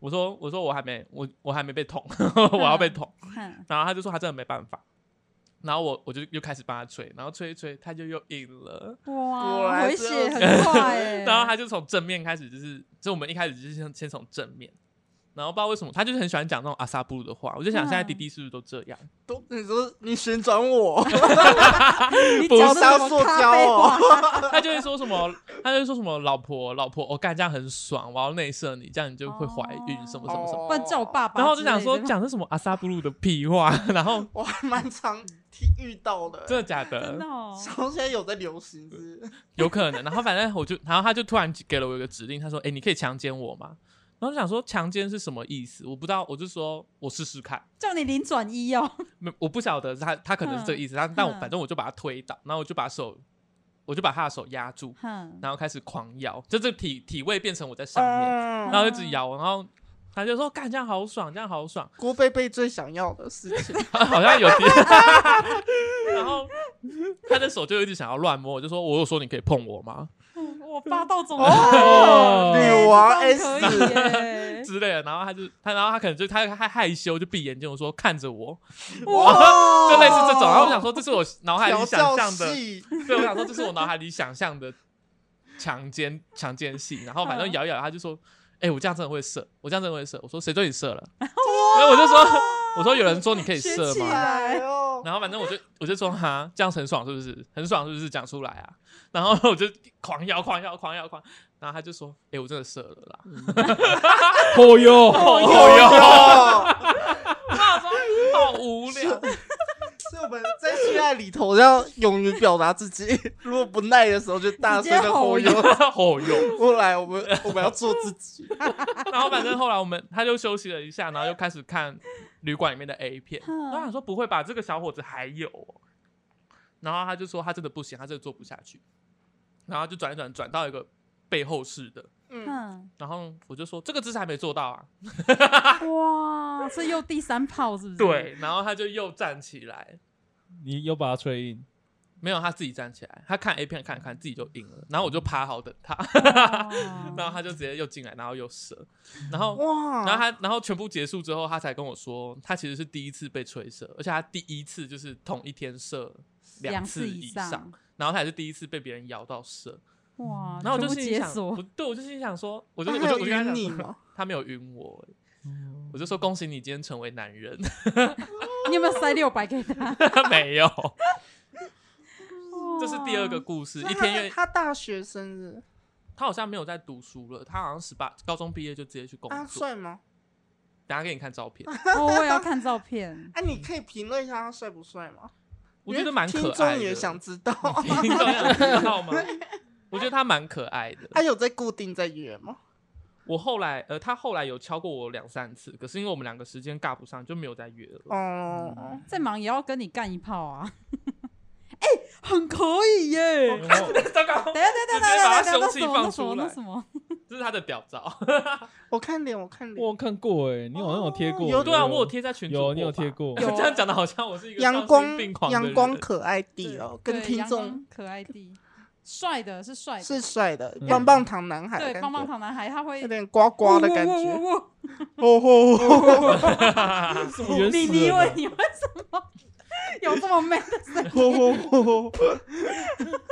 我说我说我还没我我还没被捅， 我要被捅。
哼
然后他就说他真的没办法。然后我我就又开始帮他吹，然后吹一吹，他就又硬了。
果
哇，
然
回
是
血
二
很
十
快 哎。
然后他就从正面开始，就是就我们一开始就是先先从正面，然后不知道为什么他就是很喜欢讲那种阿萨布鲁的话，我就想现在
嗯
滴滴是不是都这样？
都你说你旋转我，
你
不
讲
是
的什么
塑
咖
胶
啡
哦
话
他就会说什么，他就会说什么老婆老婆，我、哦干这样很爽，我要内射你，这样你就会怀孕什 么什么什么。
不然叫我哦
哦
爸爸之类的。
然后我就想说讲的什么阿萨布鲁的屁话， 然后
我还蛮常听遇到的、
真的 假
真的
的？
哦，
好像现在有在流行是不是
有可能。然后反正我就，然后他就突然给了我一个指令，他说：“哎、你可以强奸我吗？”然后我就想说强奸是什么意思？我不知道，我就说我试试看。
叫你零转一哦。
没，我不晓得他他可能是这个意
嗯
思，但但我反正我就把他推倒，然后我就把手，我就把他的手压住，
哼，
然后开始狂摇，就这体体位变成我在上面，
嗯
然后一直摇，然后他就说干这样好爽，这样好爽，
郭贝贝最想要的事情，
他好像有点， 然后他的手就一直想要乱摸，我就说我有说你可以碰我吗
我霸道总
哦
女王
哎
S，
这种可以耶
之类的，然后他就他然后他可能就他害害羞就闭眼睛，我说看着我，
哦哇
就类似这种，然后我想说这是我脑海里
调
想
教
象的。
系，
对，我想说这是我脑海里想象的强奸强奸戏，然后
嗯
反正摇一摇，他就说：“哎、我这样真的会射，我这样真的会射。”我说：“谁对你射了？”然后我就说：“我说有人说你可以
学
射
起
吗
来？”
哎呦，
然后反正我就我就说：“哈，这样很爽是不是？很爽是不是？讲出来啊！”然后我就狂摇狂摇狂摇狂，然后他就说：“哎、我真的射了啦！”
哦哟，
哦
有，
好无聊。
是我们们在性爱里头要勇于表达自己， 如果不耐的时候就大声的吼
直接
哟。
哦哟，
后来我们我们要做自己，
然后反正后来我们他就休息了一下，然后又开始看旅馆里面的 A 片。然后想说不会吧，这个小伙子还有哦、然后他就说他真的不行，他真的做不下去。然后就转一转，转到一个背后式的。
嗯，
嗯，
然后我就说这个姿势还没做到啊，
哇，是又第三炮是不是？，
对。然后他就又站起来，
你又把它吹硬，
没有他自己站起来，他看 A 片看一看自己就硬了。然后我就趴好等他，
哦
哦
然后他就直接又进来，然后又射，然后
哇，
然后他，然后全部结束之后，他才跟我说，他其实是第一次被吹射，而且他第一次就是同一天射两
两
次
以
上，，然后他也是第一次被别人摇到射，
哇，
然后我就
全部
心里
解
想，
锁
我，对我就心里想说，我就
啊他
我
还
就我
有
就跟他
晕
讲
你
说，
吗？ 哦
他没有晕我、欸我就说恭喜你今天成为男 人，
你有没有塞六百给他？
没有，这是第二个
哇，
故事，
所以
一
他
天愿
他大学生日，
他好像没有在读书了，他好像十八高中毕业就直接去工
啊，
作，
帅啊吗？
等一下给你看照片，
哦，我也要看照片。
哎，你可以评论一下他帅不帅吗？
我觉得蛮
因为
可
听
爱
众
的，
也想知道，
听众想知 道吗？我觉得他蛮可爱的。
他有在固定在约吗？
我后来呃，他后来有敲过我两三次，可是因为我们两个时间尬不上，就没有再约了。
哦，
再忙也要跟你干一炮啊！ 哎、很可以耶！等一
然后
糟糕，
下， 等一下，等一下，等
直
一
接
下，
把他
那
凶器
什么？那
放
什么？
这是他的屌照。
我看脸，我看脸
我，有看过哎，你好像有贴过，
有
对啊，我有，贴在群组，
有你有贴。过，
有
这样讲的好像我是一个
阳
丧
光
心病狂的人
阳光可爱弟哦，
对
跟听
阳
众
光可爱弟，帅的是帅的，
是帅的
嗯，
棒棒糖男孩的感
对
觉，
棒棒糖男孩，他会
有点呱呱的感
呜
觉。
呜呜呜
哦吼吼
什么原
你
始
你以
人
为
啊
你为什么 有这么 man 的
吼吼吼！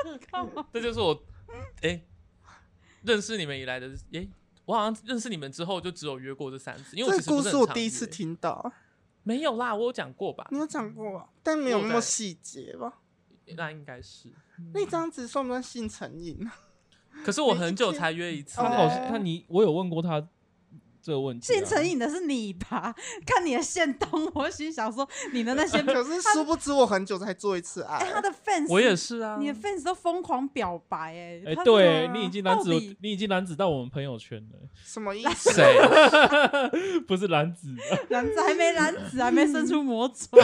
嗯
干
啊
嘛？
这就是我哎、认识你们以来的哎、我好像认识你们之后就只有约过这三次，因为我
这
其实不
个故
是
事
很
我
常
第一次
约，
听到，
没有啦，我有讲过吧？
你有讲过啊，但没有那么细节吧？
那应该是，
那张纸算不算性成瘾啊？
可是我很久才约一次、
哦
他好
欸，
像他你我有问过他这个问题啊，
性成瘾的是你吧？看你的线动，我心想说你的那 些，
可是殊不知我很久才做一次
哎、
爱
他，的 fans，
我也是啊。
你的 fans 都疯狂表白哎、
哎
他，
对
啊
你已经染
到
指
底，
你已经染指到我们朋友圈了，
什么意思？
谁？
不是啊染指，
男子还没男子，还没生出魔种，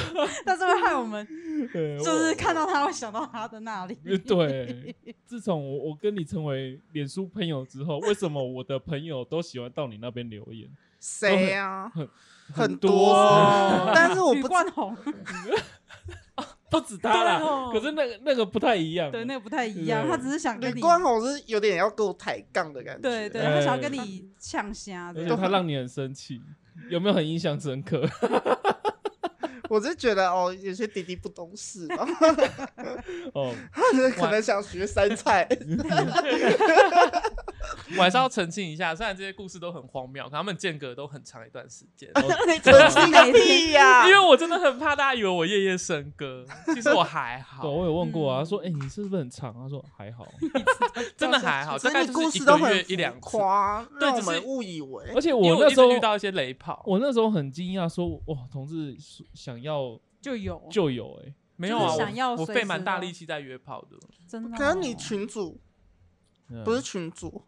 但是会害我们
对
就是
我
看到他会想到他的那里。
对，自从我我跟你成为脸书朋友之后，为什么我的朋友都喜欢到你那边留言？
谁啊？很
多
哦
多，但是我
吕
不
冠宏
不止他啦，
对哦
可是那个那个不太一样。啊
对那个不太一样，
对
他只是想跟
吕
你，
光宏是有点要跟我抬杠的感觉。
对 对，
哎
他想要跟你呛虾
而
的
且。他让你很生气，有没有很印象深刻？
我是觉得哦，有些弟弟不懂事吧，
哦，
可能想学山 菜。
我还是要澄清一下，虽然这些故事都很荒谬，可他们间隔都很长一段时 间。
你澄清个屁呀
因！为我真的很怕大家以为我夜夜笙歌，其实我还
对，
好，
我有问过
嗯
啊，他说：“哎、你是不是很长？”他说：“还好。
真的还好，
所
大
以
概
你
就
故
是一
事
个
都
月
很
一两次
浮。夸，让
对
我
只是
们误以”为
而且
因为
我
我
那
一
时
直
候，
遇到一些雷炮，
我那时候很惊讶，说：“哇，同志想要
就有，
就有哎、
没有啊，
就是想要
我我
随时
费蛮大
都
力气在约炮的，
真的哦。
可能你群主
嗯
不是群主，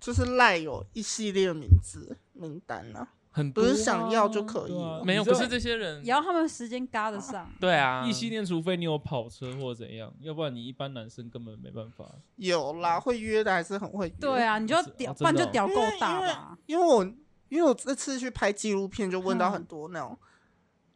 就是赖有一系列名字名单啊，
很
不
多
是想要就可以
对啊
了。
没有。
你知
可
道
是这些人
也，要他们时间嘎得上。
对啊，
异性恋，除非你有跑车或怎样，要不然你一般男生根本没办法。
有
嗯
啦，会约的还是很会约。
对，啊，你就要屌，
哦
不然就
真的
屌
因
够
为
大
因为
吧。
因为我因为我这次去拍纪录片，就
嗯
问到很多那种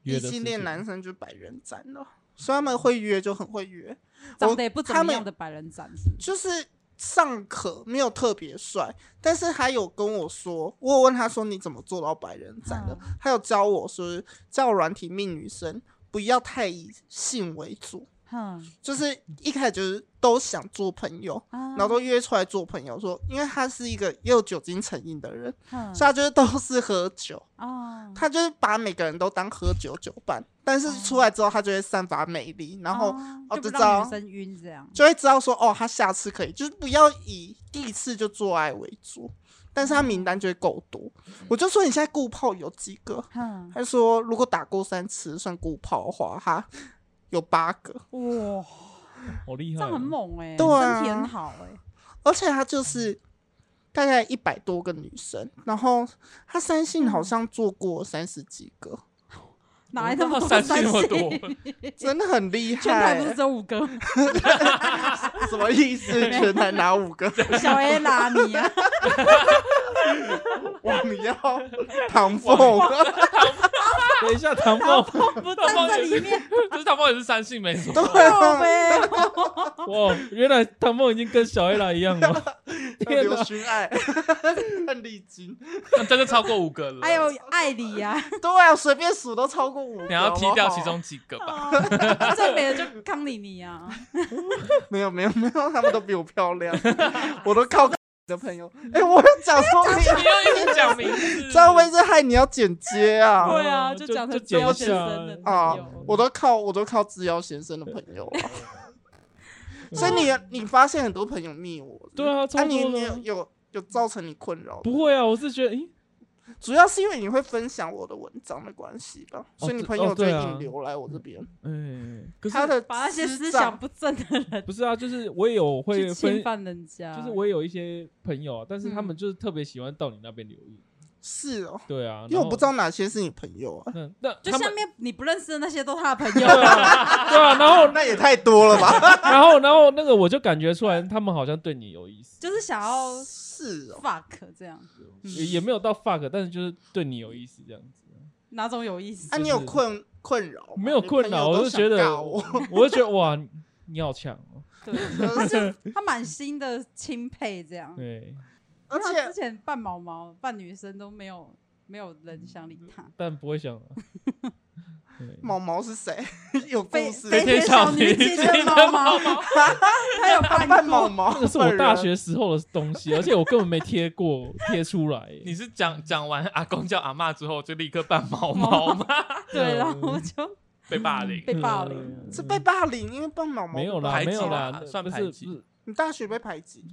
约的
异
事
性恋
情
男生就百人斩了，所以他们会约就很会约，
长得也不怎
他
么
们
样的百人斩是不是
就是尚可没有特别帅，但是他有跟我说，我有问他说你怎么做到百人斩的，
嗯
他有教我说叫软体命女生不要太以性为主，
哼，
就是一开始就是都想做朋友，
然
然后都约出来做朋友说，因为他是一个也有酒精成瘾的人，
哼
所以他就是都是喝酒，
哦，
他就是把每个人都当喝酒酒伴，但是出来之后他就会散发魅力，然后
哦
哦
就不
这
让
招
女生晕这样。
就会知道说，哦，他下次可以，就是不要以第一次就做爱为主，但是他名单就会够多。我就说你现在固炮有几个？
哼，
他就说如果打过三次算固炮的话，哈，有八个，
哇，
好厉
这
害哦，
样很猛哎、
对啊
身体很好哎、
而且他
嗯
就是大概一百多个女生，然后他三性好
嗯
像做过三十几个，
哪来那么多
三
三
那么
性
多？
真的很厉
全台不
害
是。只有五个，
什么 意思？全台拿五个？
小 A 拉你啊，
王 耀、唐凤，
等一下，唐凤，
不在这里面，
就是唐凤也是三性没错，
对
靠
哦
啊，
呗。
哇，原来唐凤已经跟小 A 啦一样了。天
刘
哪，
勋爱、 邓丽君，
那真的超过五个了。
哎
还有艾里呀、
对啊，随便数都超过五个。
你要踢掉
好不好
其中几个吧？
哦最美的就康妮妮啊，
没有没有没有，他们都比我漂亮， 我都靠的朋友。哎、我要讲说
你
你，
要一直讲名字，
这样会是害你要剪接啊！
对啊，
就
就讲成
就
自由
剪
先
一下
生的
啊
男友，
我都靠我都靠制药先生的朋友 啊。 所以你你发现很多朋友密我，
对啊，
啊
超
你
多
你有
的。
有有造成你困扰吗，
不会啊，我是觉得，咦，
主要是因为你会分享我的文章的关系吧，所以你
对
朋
哦
友就
对
会
啊
引流来我这边。
哎，可是
他的
把那些思
长
想不正的人
不是啊？就是我也有会
去侵
分，
犯人家，
啊
就是我也有一些朋友啊，但是他
嗯
们就是特别喜欢到你那边留言。
是哦，
对啊，
因为
然
我
后
不知道哪些是你朋友啊，
那那
就
他
下
们
面你不认识的那些都是他的朋
对
友，
啊，对啊，然后
哦那也太多了吧？
然后然后那个我就感觉出来，他们好像对你有意思，
就是想要
是哦，
fuck 这样，嗯
也也没有到 fuck，但是就是对你有意思这样子。
哪种有 意思
啊，？你有困困扰吗？
没有困扰，
你朋友
我
都
就
想
觉得
尬我，
我就觉得哇，你你好强哦。
对，
可是
他满心的钦佩这样，
对，
而
因为他之
且
前扮毛毛、扮女生都没有没有人想理他，
但不会想啊。对
毛毛是谁？有故
飞
事。
飞天小女警的毛毛，他有
他
扮
扮毛
过，
毛，
那个是
本
我
人
大学时候的东西，而且我根本没贴过，贴出来。
你是讲讲完阿公叫阿嬷之后就立刻扮毛毛 吗？
对，然后就
被霸凌
欸
被霸凌了。
是被霸凌，因为扮毛毛
啊嗯没有
啦。
啦，
排挤
没有
啦
啦，
算
不
排
是
挤
不是
你大学被排挤，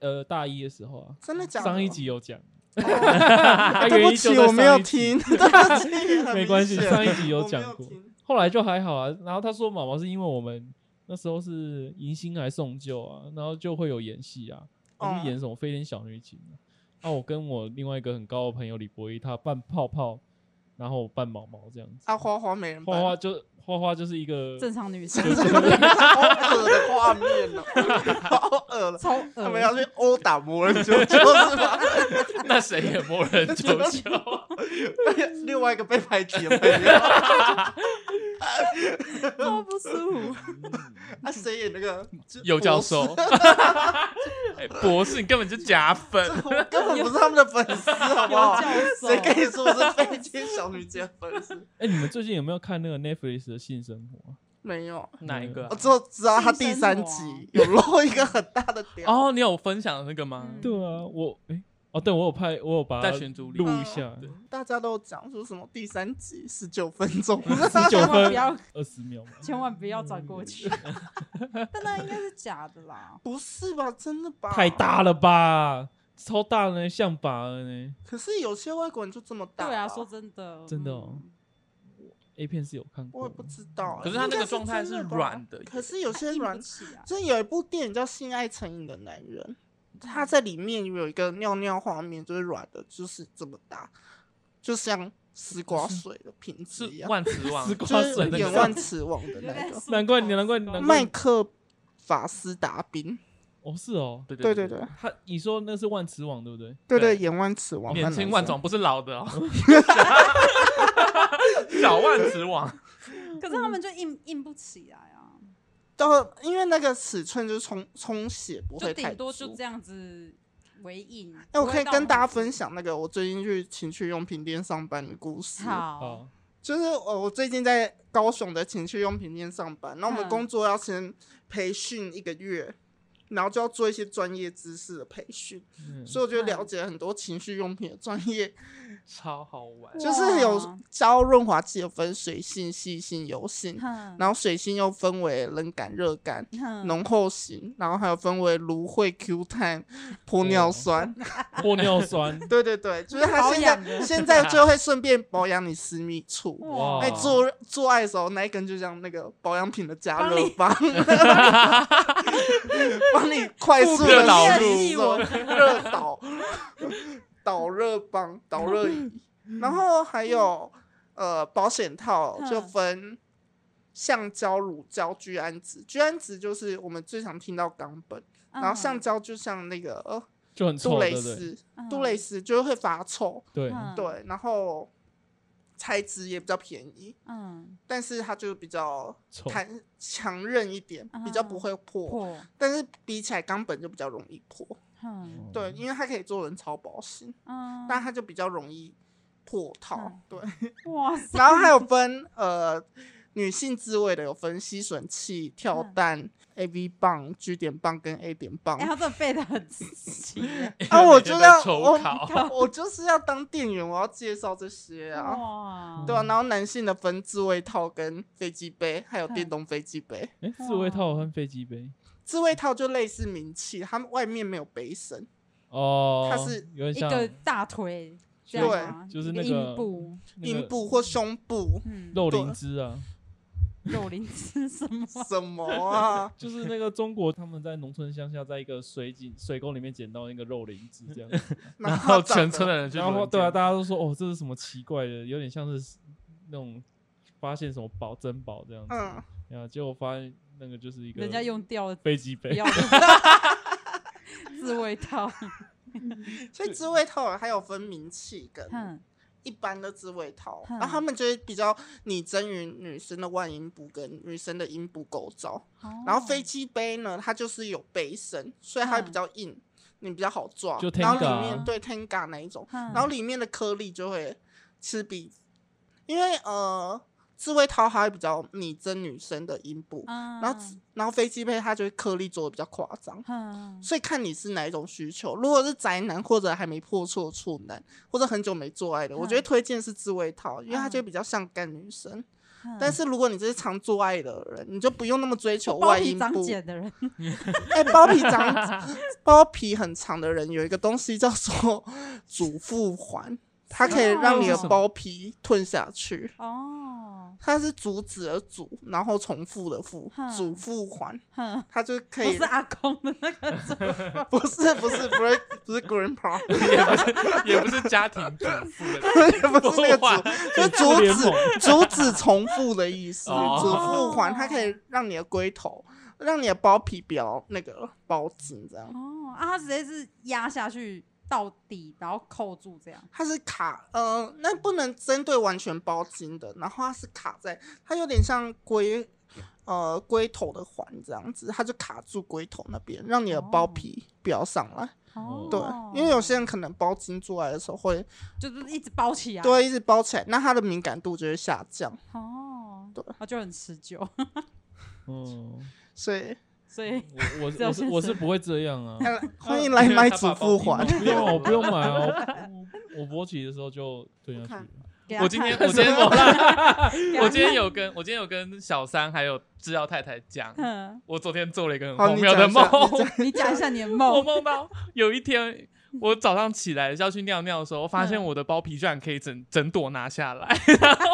呃大一的时候啊，
真的假的？
上一集 有讲，
哦，
他
对
原因
不
就
起，
在
我没有
上一集
听， 对不起，
没关系，上一集
有
有讲过。后来就还好啊。然后他说毛毛是因为我们那时候是迎新还送旧啊，然后就会有演戏啊，我
哦
们演什么飞天小女警啊。啊，我跟我另外一个很高的朋友李博一，他扮泡泡，然后我扮毛毛这样子。
啊，花花没人
花
扮，
花就花花就是一 个
正常女生，
好恶的画面哦， 好恶 了。
超
他
恶
们要去殴打魔人 啾啾是吧？
那谁也摸人球球，
另外一个被排挤的 朋友，
超不舒 服。
啊，谁演那个
尤教 授？哎博士，你根本就假粉，
我根本不是他们的粉丝，好不好
有教？授
谁跟你说我是飞天小女警的粉丝？
哎、你们最近有没有看那个 Netflix 的性生活啊？
没有，
哪一个啊
我？只有知道他第三集有露一个很大的屌。
哦，你有分享那个吗？
嗯
对啊，我哎、哦，对我有拍，我有把它
在群组里
录一下，
对
大家都讲说什么第三集十九分 钟，
十九
千万
分
不要，
二十秒嘛。
千万不要转过去。
嗯
但那应该是假的啦，
不是吧？真的吧？
太大。了吧，超大呢，象拔了呢。
可是有些外国人就这么大。
对啊，说真的，
真的哦
嗯
A 片是有看
我
过
也不知道欸。
可是他那个状态是
应该真的吧
软的耶
可是有些
硬
软
不。起啊，
真有一部电影叫《性爱成瘾的男人》，他在里面有一个尿尿画面，就是软的，就是这么大，就像丝瓜水的瓶
是
子一样，
万磁王
丝，瓜
就是
水那
演
个
万，磁王的
有
那
点
个
塑
难怪你
口
难怪
塑
你难怪
麦克法斯达宾，
哦是哦，
对
对
对
对对，
他你说那是万磁王对不对？
对
对
对，演万磁王，
年轻万
总，
总不是老的哦，小万磁 王，
可是他们就硬硬不起来啊，
到因为那个尺寸就是充充血不
就
会太
顶多
粗。
就这样子为硬。
哎，我
不
可
会
以
到
跟大家
很
分享那个我最近去情趣用品店上班的故事。
好，
哦
好，
就是呃我我最近在高雄的情趣用品店上班，那我们
嗯
工作要先培训一个月，然后就要做一些专业知识的培训，
嗯
所以我就
嗯
了解很多情趣用品的专 业，
超好玩。
就是有教润滑剂有分水性、细性、油性，
哼，
然后水性又分为冷感、热感。
哼
浓厚型，然后还有分为芦荟、Q 碳、玻尿酸，
玻 尿酸，
对对对，就是他
保
现
养
在
的
现在就会顺 便保养你私密处。
哇
那你做做爱的时候，那一根就像那个保养品的加热棒，帮你快速
热
的
导入
吸收热导导热棒、导热仪，然后还有呃保险套就分橡胶、乳胶、聚氨酯。聚氨酯就是我们最常听到冈本，
嗯
然后橡胶就像那个呃
就很
杜
臭，对
蕾
不对？
斯，杜蕾斯就会发臭，
对，
嗯
对，然后材质也比较便宜。
嗯
但是它就比较
臭
弹强韧一点，比较不会破。
啊破
但是比起来冈本就比较容易破，
哦
嗯
对，因为它可以做人超薄型，
嗯，
但它就比较容易破套
嗯。
对，
哇塞，
然后还有分呃女性自慰的，有分吸吮器、跳蛋、A V 棒、G 点棒跟 A 点棒
嗯哎，。 他这背的很 齐耶，
啊，我就
就
要
在抽
我
考，
我就是要当店员，我要介绍这些
哦
啊。
哇，
对啊，然后男性的分自慰套跟飞机杯，还有
嗯
电动飞机杯。
哎，自慰套和飞机杯，
自慰套就类似名器，它外面没有杯身，
哦，
它是
有点
一
像
个大腿，这
对
样吗
就是
一
那
阴
个
部，
那个
阴部或胸 部，
嗯，
肉灵芝啊，？
肉林是什么？
什么啊
就是那个中国他们在农村乡下，在一个水井水沟里面捡到那个肉灵芝这样，
然
它
后
长
全
得
村的人就
然后对啊，大家都说哦，这是什么奇怪的，有点像是那种发现什么宝珍宝这样子，
嗯，
然后结果发现那个就是一个
人家用掉
飞机
不
杯，
要自慰套，
所以自慰套还有分名器跟
嗯
一般的自慰套，
嗯
然后他们就会比较拟真于女生的外阴部跟女生的阴部构造。
哦
然后飞机杯呢，它就是有杯身，所以它会
嗯
比较硬，你比较好抓
就。
然后
Tenga 啊
里面对 Tenga 那一种，
然
然后里面的颗粒就会吃比，因为呃，自慰套它会比较拟真女生的阴部，
嗯
然后然后飞机杯它就会颗粒做的比较夸张，
嗯
所以看你是哪一种需求。如果是宅男或者还没破处的处男，或者很久没做爱的，我觉得
嗯
推荐是自慰套，因为它
嗯
就会比较像干女生。
嗯
但是如果你这是常做爱的人，你就不用那么追求
包
外
皮
阴
长
部。
茧的人，
哎、包皮长， 包皮很长的人有一个东西叫做 主妇环，它可以让你的包皮吞下去。
哦，
它是阻止的阻，然后重复的复
哼，
主妇环，
哼，
它就
不
可以
是啊阿公的那个主
不是不是不是不是 grandpa，
也不是 也不是家庭主妇 的，
不是那个
环
阻，就是阻
联
止
盟
阻止重复的意思。
哦
主妇环它
哦
可以让你的龟头，让你的包皮不要那个包紧这样。
哦啊，他直接是压下去到底，然后扣住这样，
它是卡，呃，那不能针对完全包茎的，然后它是卡在，它有点像龟，呃，龟头的环这样子，它就卡住龟头那边，让你的包皮不要上来。
哦，
对，因为有些人可能包茎做爱的时候会，
就是一直包起来，
都，会一直包起来，那它的敏感度就会下降。
哦，
对，
他就很持久，
嗯，
所以，
所以
我我
只有
我是
先
我是
生
不会这样
哦
啊，
呃欢迎来买主妇环。
不用啊，我不用买啊，我我勃起的时候就吞下去了，
给他
我今天
看
我今天我
给他
我今天有跟我今天有跟小三还有制药太太讲，
看
我昨天做了一个很
好，
荒
你
谬的
讲一下
梦，
你讲
嗯，你讲一下你的
我
梦，
梦到有一天我早上起来要去尿尿的时候，我发现我的包皮居然可以整整朵拿下来，然后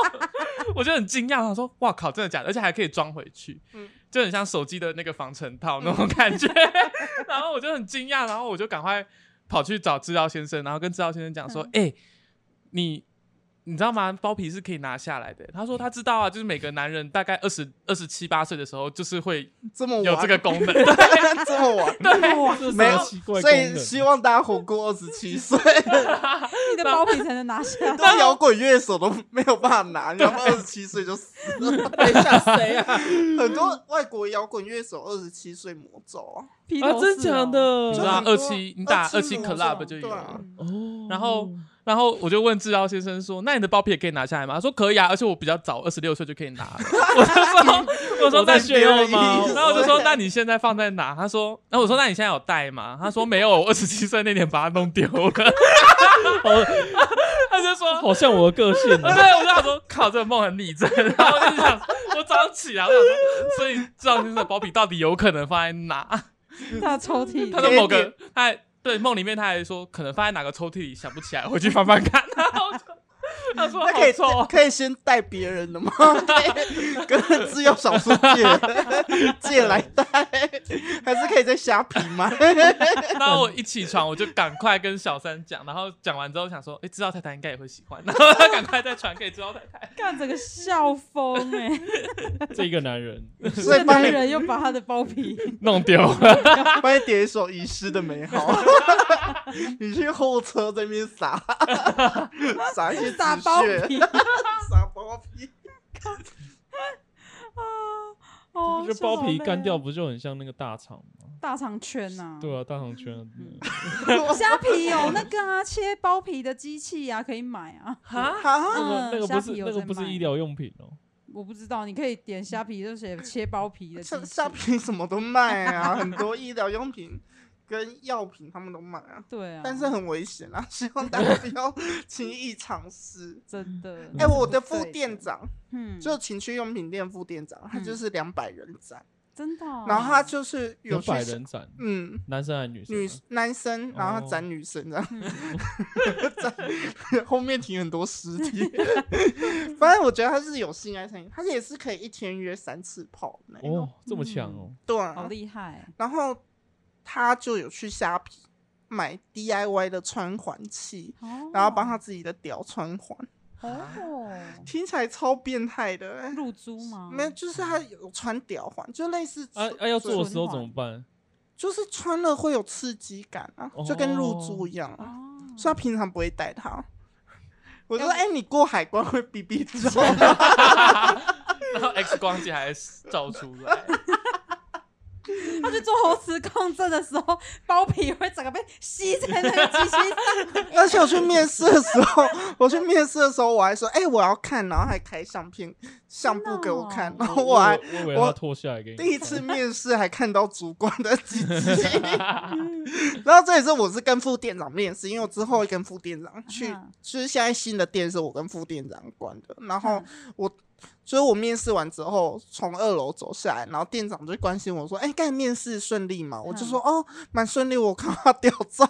我就很惊讶，我想说哇靠，真的假的？而且还可以装回去
嗯，
就很像手机的那个防尘套那种感觉。 然后我就很惊讶，然后我就赶快跑去找制药先生，然后跟制药先生讲说，哎、你。你知道吗？包皮是可以拿下来的。他说他知道啊，就是每个男人大概二十二十七八岁的时候，就是会
这么 晚，
有这个功能。
这么 晚，
哇
这是什
没有
么奇怪
所
功
以
能，啊
希望大家活过二十七岁。
你的包皮才能拿下 来。
当摇滚乐手都没有办法拿，你要不二十七岁就死 了。等一下谁啊？很多外国摇滚乐手二十七岁魔咒啊，
披
啊，
头哦士
真假的，
你
就
知道
很多
27你啊打27
27魔咒
club 就有
对啊
嗯
哦，
然后然后我就问志尧先生说：“那你的包皮也可以拿下来吗？”他说：“可以啊，而且我比较早，二十六岁就可以 拿了。”我就说：“我说
我在
那
炫耀吗
别人的意 思
然后我就说：“那你现在放在哪？”他说：“那我说那你现在有带吗？”他说：“没有，我二十七岁那年把它弄丢了。
好，
他就说
好像我的个性
啊
啊，
对，我就想说，靠，这个梦很拟真。 然后我就想，我早上起来，我想说，所 以志尧先生的包皮到底有可能放在哪？
他的抽屉，
他说某个，他对梦里面他还说可能放在哪个抽屉里，想不起来，回去翻翻看。然后我就他说
那可
好
以
臭哦，
可以先带别 人的吗？跟自由少数借借来带，还是可以再瞎皮吗？
然后我一起床我就赶快跟小三讲，然后讲完之后想说，哎，知道太太应该也会 喜欢，然后他赶快再传给知道太 太。
干整个笑疯哎、
这个男人
所以
那
帮
个
你
人又把他的包 皮，
弄丢了，
帮你点一首《遗失的美好》， 你去后车这边撒撒一些纸
打包
屑，
皮
撒包 皮。
啊！哦，
就
笑
包皮
死我
干掉，
了
不就很像那个大肠吗？
大肠圈呐、
对啊，大肠圈啊。
虾皮有那个啊，切包皮的机器啊，可以买啊。
哈，
哈，
那个那个
虾
不
皮
是
有
那个
在
不是
卖
医疗用品哦，
我不知道，你可以点虾皮，就写切包皮的机
像
器
虾。皮什么都卖 啊，很多医疗用品跟药品他们都卖啊，
对啊，
但是很危险啊，希 望大家不要轻易尝试。
真的，
哎、我
这是
的
不
副
嗯对
店，长
嗯，
就情趣用品店副店长，他就
嗯
是两百人展，
真的哦、
然后他就是有
有
去
百
上
人展，
嗯
男生还是女生啊？
女男生，然后他
哦
展女生这样，
嗯
展后面停很多尸体。反正我觉得他是有性爱上瘾，他也是可以一天约三次炮的那种，
哦，这么强哦，
对
好
啊。
厉害，
然后他就有去虾皮买 DIY 的穿环器，
哦、
然后帮他自己的屌穿环，
哦
听起来超变态的、欸。
入租吗？
没有，就是他有穿屌环，就类似
啊啊，要做的
纯
时候怎
环
么办？
就是穿了会有刺激感啊，就跟入住一样啊。
哦，
所以他平常不会带它。我就说，
要不
哎、你过海关会逼 逼照吗？
然后 X 光机还照出来，
他去做喉磁共振的时候，包皮会整个被吸在那个机器上。
而且我去面试的时候，我去面试的时候，我还说，哎、我要看，然后还开相片相簿给我
哦
看，然后
我
还
我以为
我
他脱下来给你看。
第 一次面试还看到主管的鸡 鸡。然后这也是我是跟副店长面试，因为我之后会跟副店长去，
嗯
就是现在新的店是我跟副店长管的，然后
嗯
我。就是我面试完之后，从二楼走下来，然后店长就关心我说：“哎、刚才面试顺利吗？”我就说：“
嗯
哦，蛮顺利，我看到他屌 照。”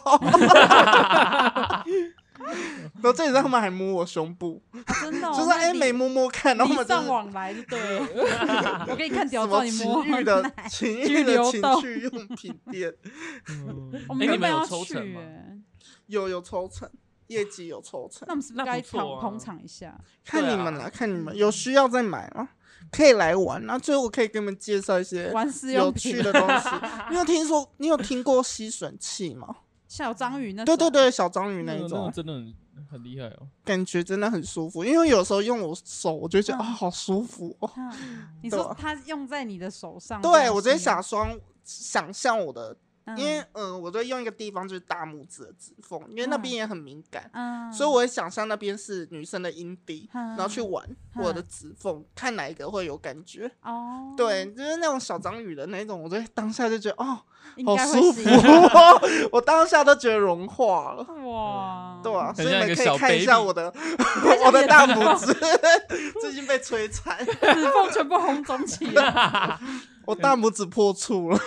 然后这里他们还摸我胸部，
真的、哦，
就说：“
那
哎、
礼
没摸摸看。”然后我
礼
们就
尚
是
往来就对了。 我给你看屌
什
照，
么
你
情
摸
欲的
哎
情
拘
欲的
留
情
豆
趣用品店，
嗯
我
哎你
原
们
本
有
要
抽
去
成吗
欸
有有抽成，业绩有抽成
那我。们是不
那
是
不
该
错
捧
啊
捧场一下？
看
对
你
啊
们啦，看你们有需要再买吗？可以来玩啊！最后我可以给你们介绍一些
玩私用
有趣
品，
的东西。你有听说？你有听过吸吮器吗？
小章鱼那
对对
种，
对，小章鱼那
那个
一
那
种啊
个，真的很很厉害哦。
感觉真的很舒服。因为有时候用我手，我就觉得
嗯
啊、好舒服哦。
嗯你
对
说它用在你的手上这样吸
对
引，
我直接想双想象我的，
啊嗯，
因为嗯、呃我都会用一个地方就是大拇指的指缝，因为那边也很敏感。
嗯，
所以我会想象那边是女生的阴蒂，
嗯
然后去玩
嗯
我的指缝，看哪一个会有感觉。
哦，
对，就是那种小章鱼的那种，我就当下就觉得哦，
应
好
该会
舒
吸
服
引，
我当下都觉得融化了。
哦哇，
对啊，所
很
以你
像一
们
个
可
小
以看一下
baby
我的
看一下
我
你
的
的
大
指
拇指， 最近被摧残，
指缝全部红肿起 来，
我大拇指破 处了。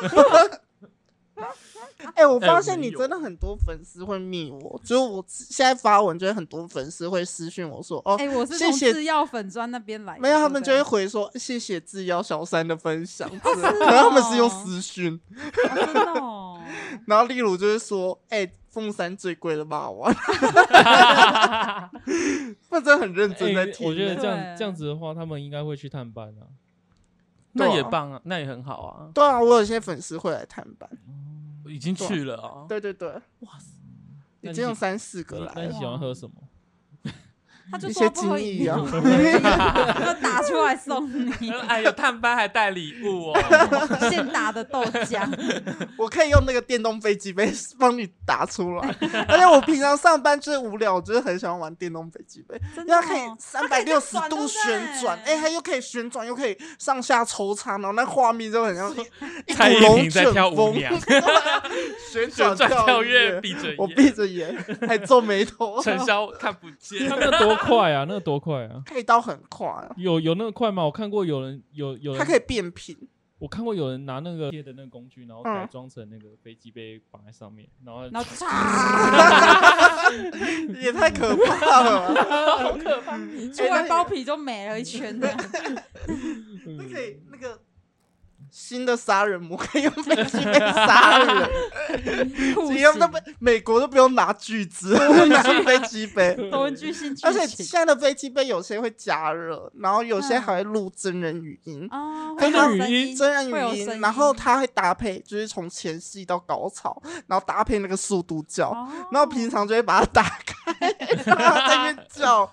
哎、我
哎我
发现
没
你
有
真的很多粉丝会密我，就是我现在发文，就会很多粉丝会私讯我说，哦，
哎，我是
谢
从
谢
制药粉砖那边来的，
没有，他们就会
对不
回说谢谢制药小三的 分享，可
是哦
能他们是用私讯，
对哦真的 哦，
然后例如就是说，哎、凤山最贵的霸王，他们真的很认真在
哎
听、
我觉得
欸
这
对
样这样子的话，他们应该会去探班啊。
那也棒啊，那也很好啊，
对啊，我有些粉丝会来探班，
已经去了啊。
对对对，
哦那
已
你
经有三四个
那
来
你
了，
喜欢喝什么？
他就
一
说
些
他不
精啊
喝饮
益啊
料，， 要打出来送你
哎呦，探班还带礼物哦，
现打的豆浆，
我可以用那个电动飞机杯 帮你打出来， 而且我平常上班就是无聊，我就是很喜欢玩电动飞机杯，
真的
因为它可以
哦
三百六十
它可以转对
度
不对
旋转，哎、它又可以旋转，又可以上下抽插，然后那画面就很像 一一股
蔡依
龙
林在
卷
跳舞
风，
娘
旋
旋
转
转跳
跃
跃，，闭着眼，
我闭着眼还皱 眉头，
陈潇看不见
他。们那多快啊，那个多快啊！
可以到很快啊，
有有那个快吗？我看过有人有有
它
人
可以变频，
我看过有人拿那个贴的那个工具，然后改
嗯
装成那个飞机杯绑在上面，然后
然后嚓，
哎也太可怕了 吧！
出完包皮就没了一圈的，
嗯
那可以那个新的杀人魔可以用飞机杯杀人，
酷
只要那
刑
不美国都不用拿 锯子，拿飞机杯。
多文具性剧
而且
情
现在的飞机杯有些会加热，然后有些
嗯
还会录真人语音，
啊，
真
会有
的
声
语音
真人
会有
语
声
音，
音
然后它会搭配，就是从前戏到高潮，然后搭配那个速度叫，
哦
然后平常就会把它打开，然后它在那 边叫，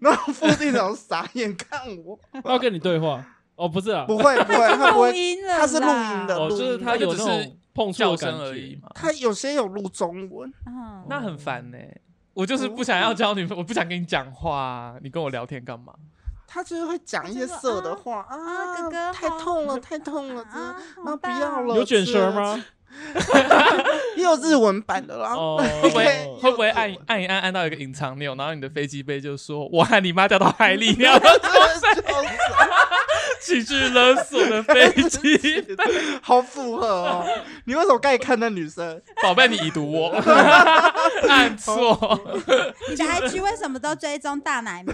然后副队长傻眼看我，
他要跟你对话哦，不是啊，
不会不会，他不
录
会，
音了啦，
他是录音的
哦，就是他有
那个只
那
是
种碰触
叫
的感
声
觉
而已嘛，
他有些有录中文，
嗯，
那很烦呢、我就是不想要交女朋友，我不想跟你讲话啊、你跟我聊天干嘛？
他就是会讲一些色的话啊
啊哥哥
太
好
痛了，太痛了，真的
啊，
妈不要了，
有卷舌 吗？
也有日文版的啦，
哦，
会不会
对
会不会
又是
按
我
按一按按到一个隐藏钮，然后你的飞机杯就说“我和你妈掉到海里”， 然后
真 的笑
情绪勒索的飞机
死好符合哦。你为什么刚才看那女生？
宝贝，你已读 我，按
哦
错，
你的 IG 为什么都追踪大奶 妹？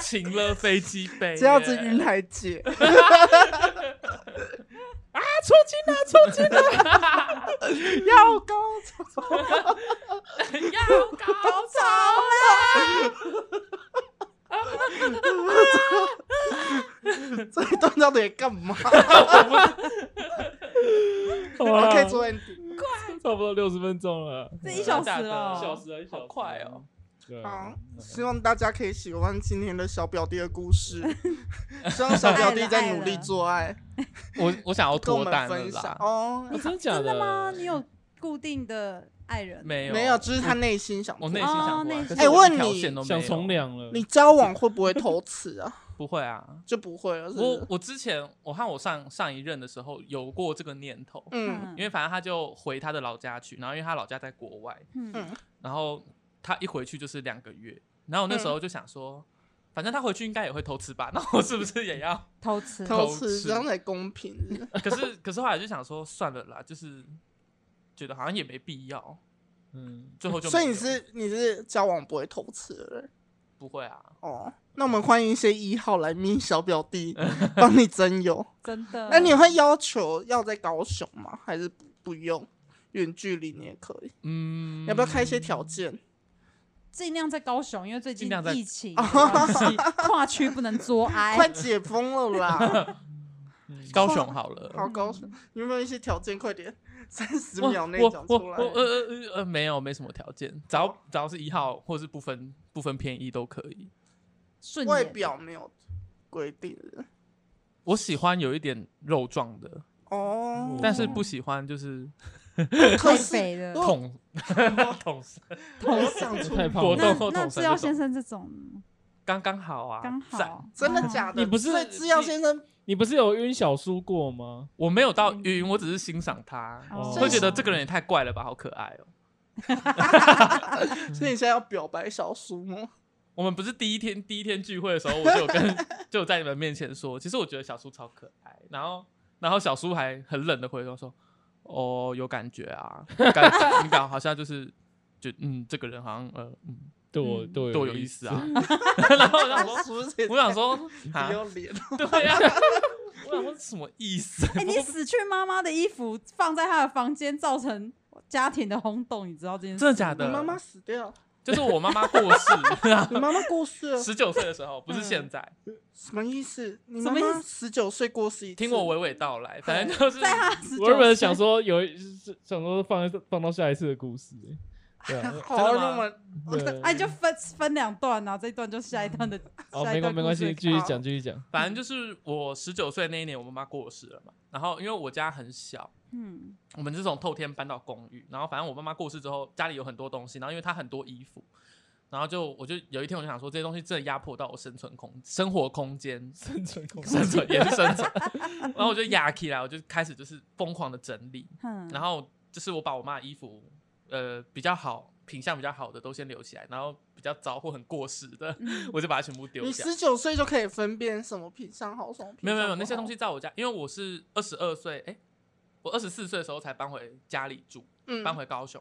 请了飞机杯，
这样子晕海姐，
啊，抽筋了，抽筋了，
要高潮，
要高
走了，
这一段到底在干 嘛？
好
我
啦
可以做 ending。
差不多六十分钟了，
这一小时哦
真的假的
了，
一小时啊，一小时
好快哦。
对
好
啊，，
希望大家可以喜欢今天的小表弟的故 事。希望小表弟在努力做爱，
我我想要
跟我
脱
们
单了
分享
啦，
哦。
哦真的假
真的吗？
的？
你有固定的爱人？
没有
没有，就是他内心想做。
我内心想过啊
哦内心，
但是我
哎问
一条
你
线都没有
想从良了？
你交往会不会偷吃啊？
不会啊。
就不会了，是不
我
是？
我之前我和我上上一任的时候有过这个念头，
嗯
因为反正他就回他的老家去，然后因为他老家在国外，
嗯，
然后他一回去就是两个月，然后我那时候就想说，
嗯
反正他回去应该也会偷吃吧， 那我是不是也要？
偷吃，
嗯偷
偷吃
吃
这样才公平。是
可
不是
是可是后来就想说算了啦，就是觉得好像也没必要，
嗯，
最后就没
所以你
有
是你是交往不会偷吃的人
不会啊？
哦。那我们欢迎一些一号来命小表 弟帮你征友。
真的。
那你会要求要在高雄吗？还是不不用？远距离你也可以，
嗯，
要不要开一些条件？
尽量在高雄，因为最近
尽量在
疫情的关系， 跨区不能作哀。
哦快解封了啦！
嗯高雄好了？
好高雄，你有没有一些条件？快点，三十
我
秒内
我
讲
我
出来
我。呃呃呃呃没有没什么条件，只要只要是一号或是不分不分偏一都可以。
顺
外
眼，
表没有规定的
我喜欢有一点肉状的，
哦，
但是不喜欢就是
可
太
是
肥了
我。
捅
哦
捅
我想出
太胖
果
了
冻
那
后
那
捅
制
神
药
这
先
种，
生这种
刚刚好啊，
刚
赞
好，
真的
哦
假 的？
你不是
所以制药先生
你不是有晕小叔过吗？
我没有到
嗯
晕，我只是欣赏他，
哦
会觉得这个人也太怪了吧，好可爱哦。
所以你现在要表白小叔吗？
我们不是第一天第一天聚会的时候，我就有 跟就有在你们面前说，其实我觉得小叔超可爱，然后然后小叔还很冷的回头说，哦，有感觉啊，感 你感好像就是就嗯，这个人好像呃嗯
对我
嗯
对我
对我有
意
意
思
思啊，，然后我想
小
说，
叔也
我想说
不
啊，
要脸，
对呀、我想说什么意思？
哎、你死去妈妈的衣服放在她的房间，造成家庭的轰动，你知道这件事？
真的假
你
的？
妈妈死 掉，
就是我妈妈过世，然后
你妈妈过世了，
十九岁的时候，不是现在。
什么意思？你
什
妈
么意思
妈十九岁过世一次，
听我娓娓道 来，反正就是
在她十
我原本
九
想说有一是想说放放到下一次的故事，对 啊
好
真的吗
那么
对
哎、就分分两段啊，这一段就是下一段的。
哦，
下
没
一
关
段
没关
故事
系，
的
继续讲继续讲。
反正就是我十九岁那一年，我妈妈过世了嘛。然后因为我家很小，
嗯，
我们是从透天搬到公寓。然后反正我妈妈过世之后，家里有很多东西，然后因为她很多衣服，然后就我就有一天我就想说，这些东西真的压迫到我生存空生活空间，
生存空
生存也是 生存。然后我就压起来，我就开始就是疯狂的整理。
嗯
哼
然后就是我把我妈的衣服，呃，比较好品相比较好的都先留起来，然后比较糟或很过时的，
嗯
嗯
我就把它全部丢
你
下。
十九岁就可以分辨什么品相好，什么品
没有没有没
相
有，
不
那些
好
东西，在我家，因为我是二十二岁，哎、我二十四岁的时候才搬回家里住，
嗯，
搬回高雄，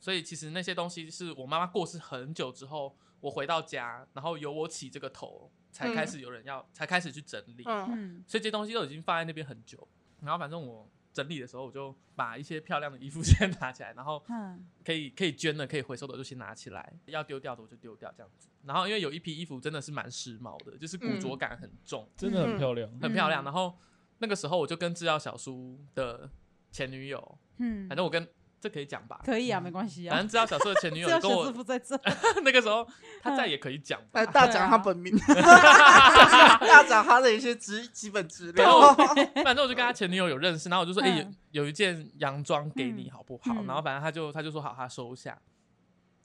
所以其实那些东西是我妈妈过世很久之后，我回到家，然后由我起这个头，才开始有人要，才开始去整理。
嗯
嗯，
所以这些东西都已经放在那边很久。然后反正我整理的时候，我就把一些漂亮的衣服 先拿起来，然后
嗯，
可以可以捐的、可以回收的我就先拿起来，要丢掉的我就丢掉这样子。然后因为有一批衣服真的是蛮时髦的，就是古着感很重，
真的
嗯
很漂亮。
很漂亮。
嗯
然后那个时候我就跟制药小叔的前女友，
嗯
反正我跟这可以讲吧，
可以啊，没关系
反
啊。
正制药小叔的前女
只
友
有
跟
小
我
师傅在这，
那个时候他再也可以讲吧
来。大
对啊
讲他 本名，
啊
大讲他的一些基基本资 料。
反正我就跟他前女友有认识，然后我就说，哎、
嗯
有有一件洋装给你好不好？
嗯嗯
然后反正他就他就说好，他收下。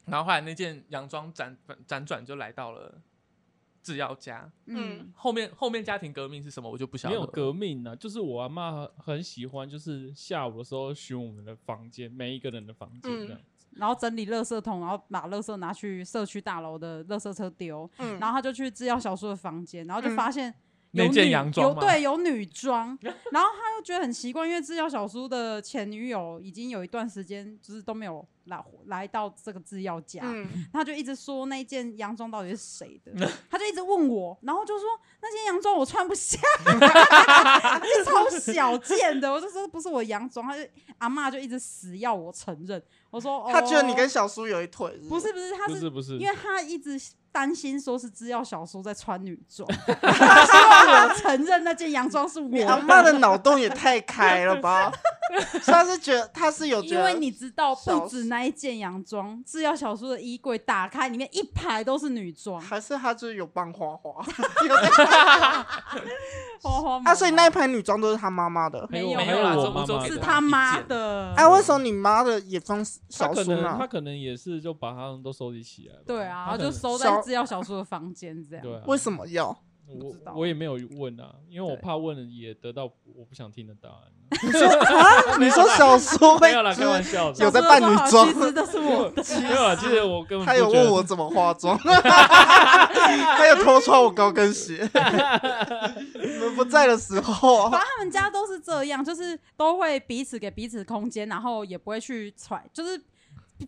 然后后来那件洋装辗辗转就来到了制药家。
嗯
后面后面家庭革命是什么，我就不晓
没
得
有
了。
革命啊，就是我阿妈很喜欢，就是下午的时候巡我们的房间，每一个人的房间这样。
然后整理垃圾桶，然后把垃圾拿去社区大楼的垃圾车丢，
嗯
然后他就去制药小叔的房间，然后就
嗯
发现有
那件
女
洋装
有
吗
对有女装，然后他又觉得很奇怪，因为制药小叔的前女友已经有一段时间就是都没有来来到这个制药家，
嗯，
他就一直说那件洋装到底是谁 的，他就一直问我，然后就说那件洋装我穿不下， 就超小件的，我就说不是我洋装，他就阿嬷就一直死要我承认，我说、哦、
他觉得你跟小叔有一腿，
不是不是，他
不
是
是不是，
因为他一直担心说是制药小叔在穿女 装，他希望我承认那件洋装是我
你阿妈
的，
的脑洞也太开了 吧？所以他是觉得他是有觉
因
得，
为你知道
小
不止那一件洋装，制药小叔的衣柜打开里面一排都是女装，
还是他就是有帮花花，
花花
啊，所以
毛
那一排女装都是他妈妈的。
还
没有
有还
没有啦
有
这
我
我
妈
这
妈
我
的，
是
对
他妈
一件
的，
哎、啊，为什么你妈的也放
他
小
可
叔
能他
呢？
可能也是就把他们都收集起来吧。
对啊，然后
他可能
就收在
小
制药小叔的房间这样。
对啊，
为什么要？
不知道
我我也没有问啊，因为我
对
怕问了也得到我不想听的答 案。
你说啊？你说小叔会
没有啦，开玩
就是
笑
小叔
的
有。在
就
扮
说
女
好
装
其实都是我 的。
没有啊啦，其实我根本
他
不
有
觉得
问我怎么化妆， 他有偷穿我高 跟鞋。你们不在的时候
啊
反，正他们家都是这样，就是都会彼此给彼此空间，然后也不会去揣，就是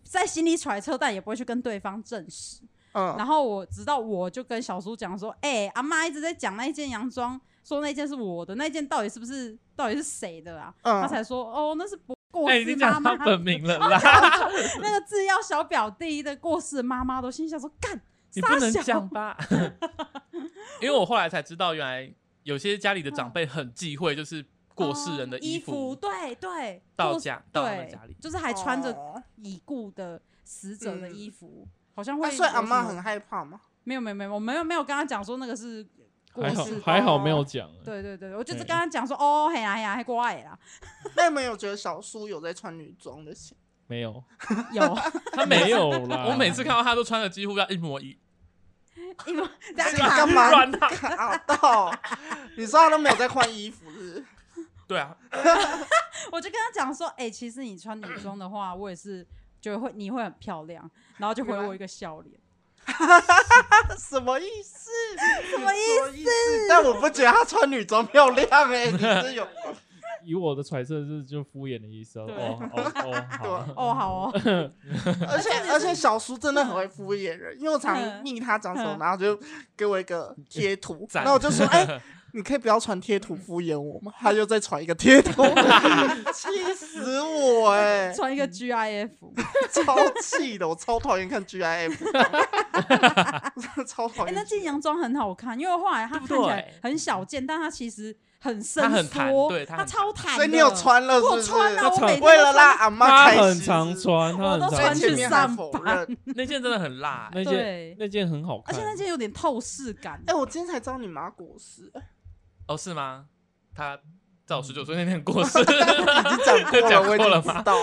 在心里揣测，但也不会去跟对方证实。
嗯，
然后我直到我就跟小叔讲说：“哎、阿妈一直在讲那一件洋装，说那件是我的，那件到底是不是到底是谁的啊？”
嗯
他才说：“哦，那是不过
哎，已
世
经
妈
讲
妈
他本名了啦，
那个制药小表弟的过世妈妈都心想说：“干，
你不能
傻小
讲吧？ 因为我后来才知道，原来有些家里的长辈很忌讳，就是过世人的
哦衣
服
对对，
到
过
家到他们
对
家里，。
就是还穿着
哦
已故的死者的
嗯
衣服，好像会
啊
有什
所
么。
以阿妈很害怕嘛。
没有没有没有，我没有没有跟他讲说那个是过
还好
世。
还好没有讲啊。
哦对对对，我就是
对
跟他讲说，哦嘿呀嘿呀，还国外啦，
那你们有觉得小叔有在穿女装的鞋？
没有，
有
他每
没有啦。
我每次看到他都穿的几乎要一模一，
一模
那你
卡
干嘛
乱套
卡到？哦你说他都没有在换衣服是不是？
对啊，
我就跟他讲说，哎、其实你穿女装的话，我也是觉得会你会很漂亮，然后就回我一个笑脸，
什么意思？
什么意思？
什么意思？但我不觉得她穿女装漂亮 哎、你是有
以我的揣测是就敷衍的意思哦。
对
哦哦哦，好，
哦好哦，
而且而且小叔真的很会敷衍人，因为我常
嗯
腻他讲什么，
嗯
然后就给我一个贴 图，
赞
然后我就说，哎、你可以不要传贴图敷衍我吗？他又再传一个贴图， 气死我哎、
穿一个 GIF，
超气的，我超讨厌看 GIF，的超讨
哎、
厌
那。件洋装很好看，因为后来它
对
看
不
起来
对
很小件，但它其其实很
它
伸
很弹
缩，
对它
它
很
超弹。
所以你有？穿了是
我
不
有
是？
穿啊，
它
我
穿
每天都
为了让
穿。
阿妈
他
开心，
很常穿，他
我
很
都
常
所以
穿
前
去
面
穿。
还
上
否
班
认。
那件真的很辣、欸
那
对
件那件很好
而
看
且，那件有点透视感，
哎、我今天才知道你妈过世，哎
哦，是吗？他在我十九岁那天过 世，
已经讲过了，
讲
我
过
已经
了
知
吗
道，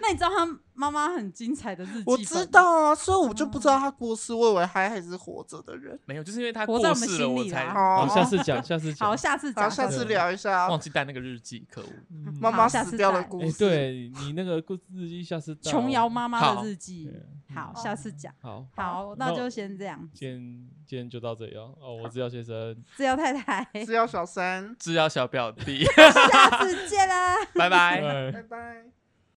那你知道他妈妈很精彩的日记
我
本
知，道啊，所以我就不知道她过世，我以为她还是活着的人。
没有，就是因为他
活在
过
我们
世了，
心
我
里
才
啦
好，
哦，
下次讲，下次讲。
好，下次
好，
讲，
下
次
次聊一下
忘记带那个日记，可恶。
嗯
妈妈
好下次
死掉的
再
故
哎，
事。
对你那个故日记，下次带
琼瑶
我？
妈妈的日记
对，
好，下次讲。
嗯好，
好，那就先这样。
今天今天就到这里哦。哦，我是姚先生，
制药太太，
是要小 三，
制药小表弟，
下次见啦。
拜拜。
拜
拜拜。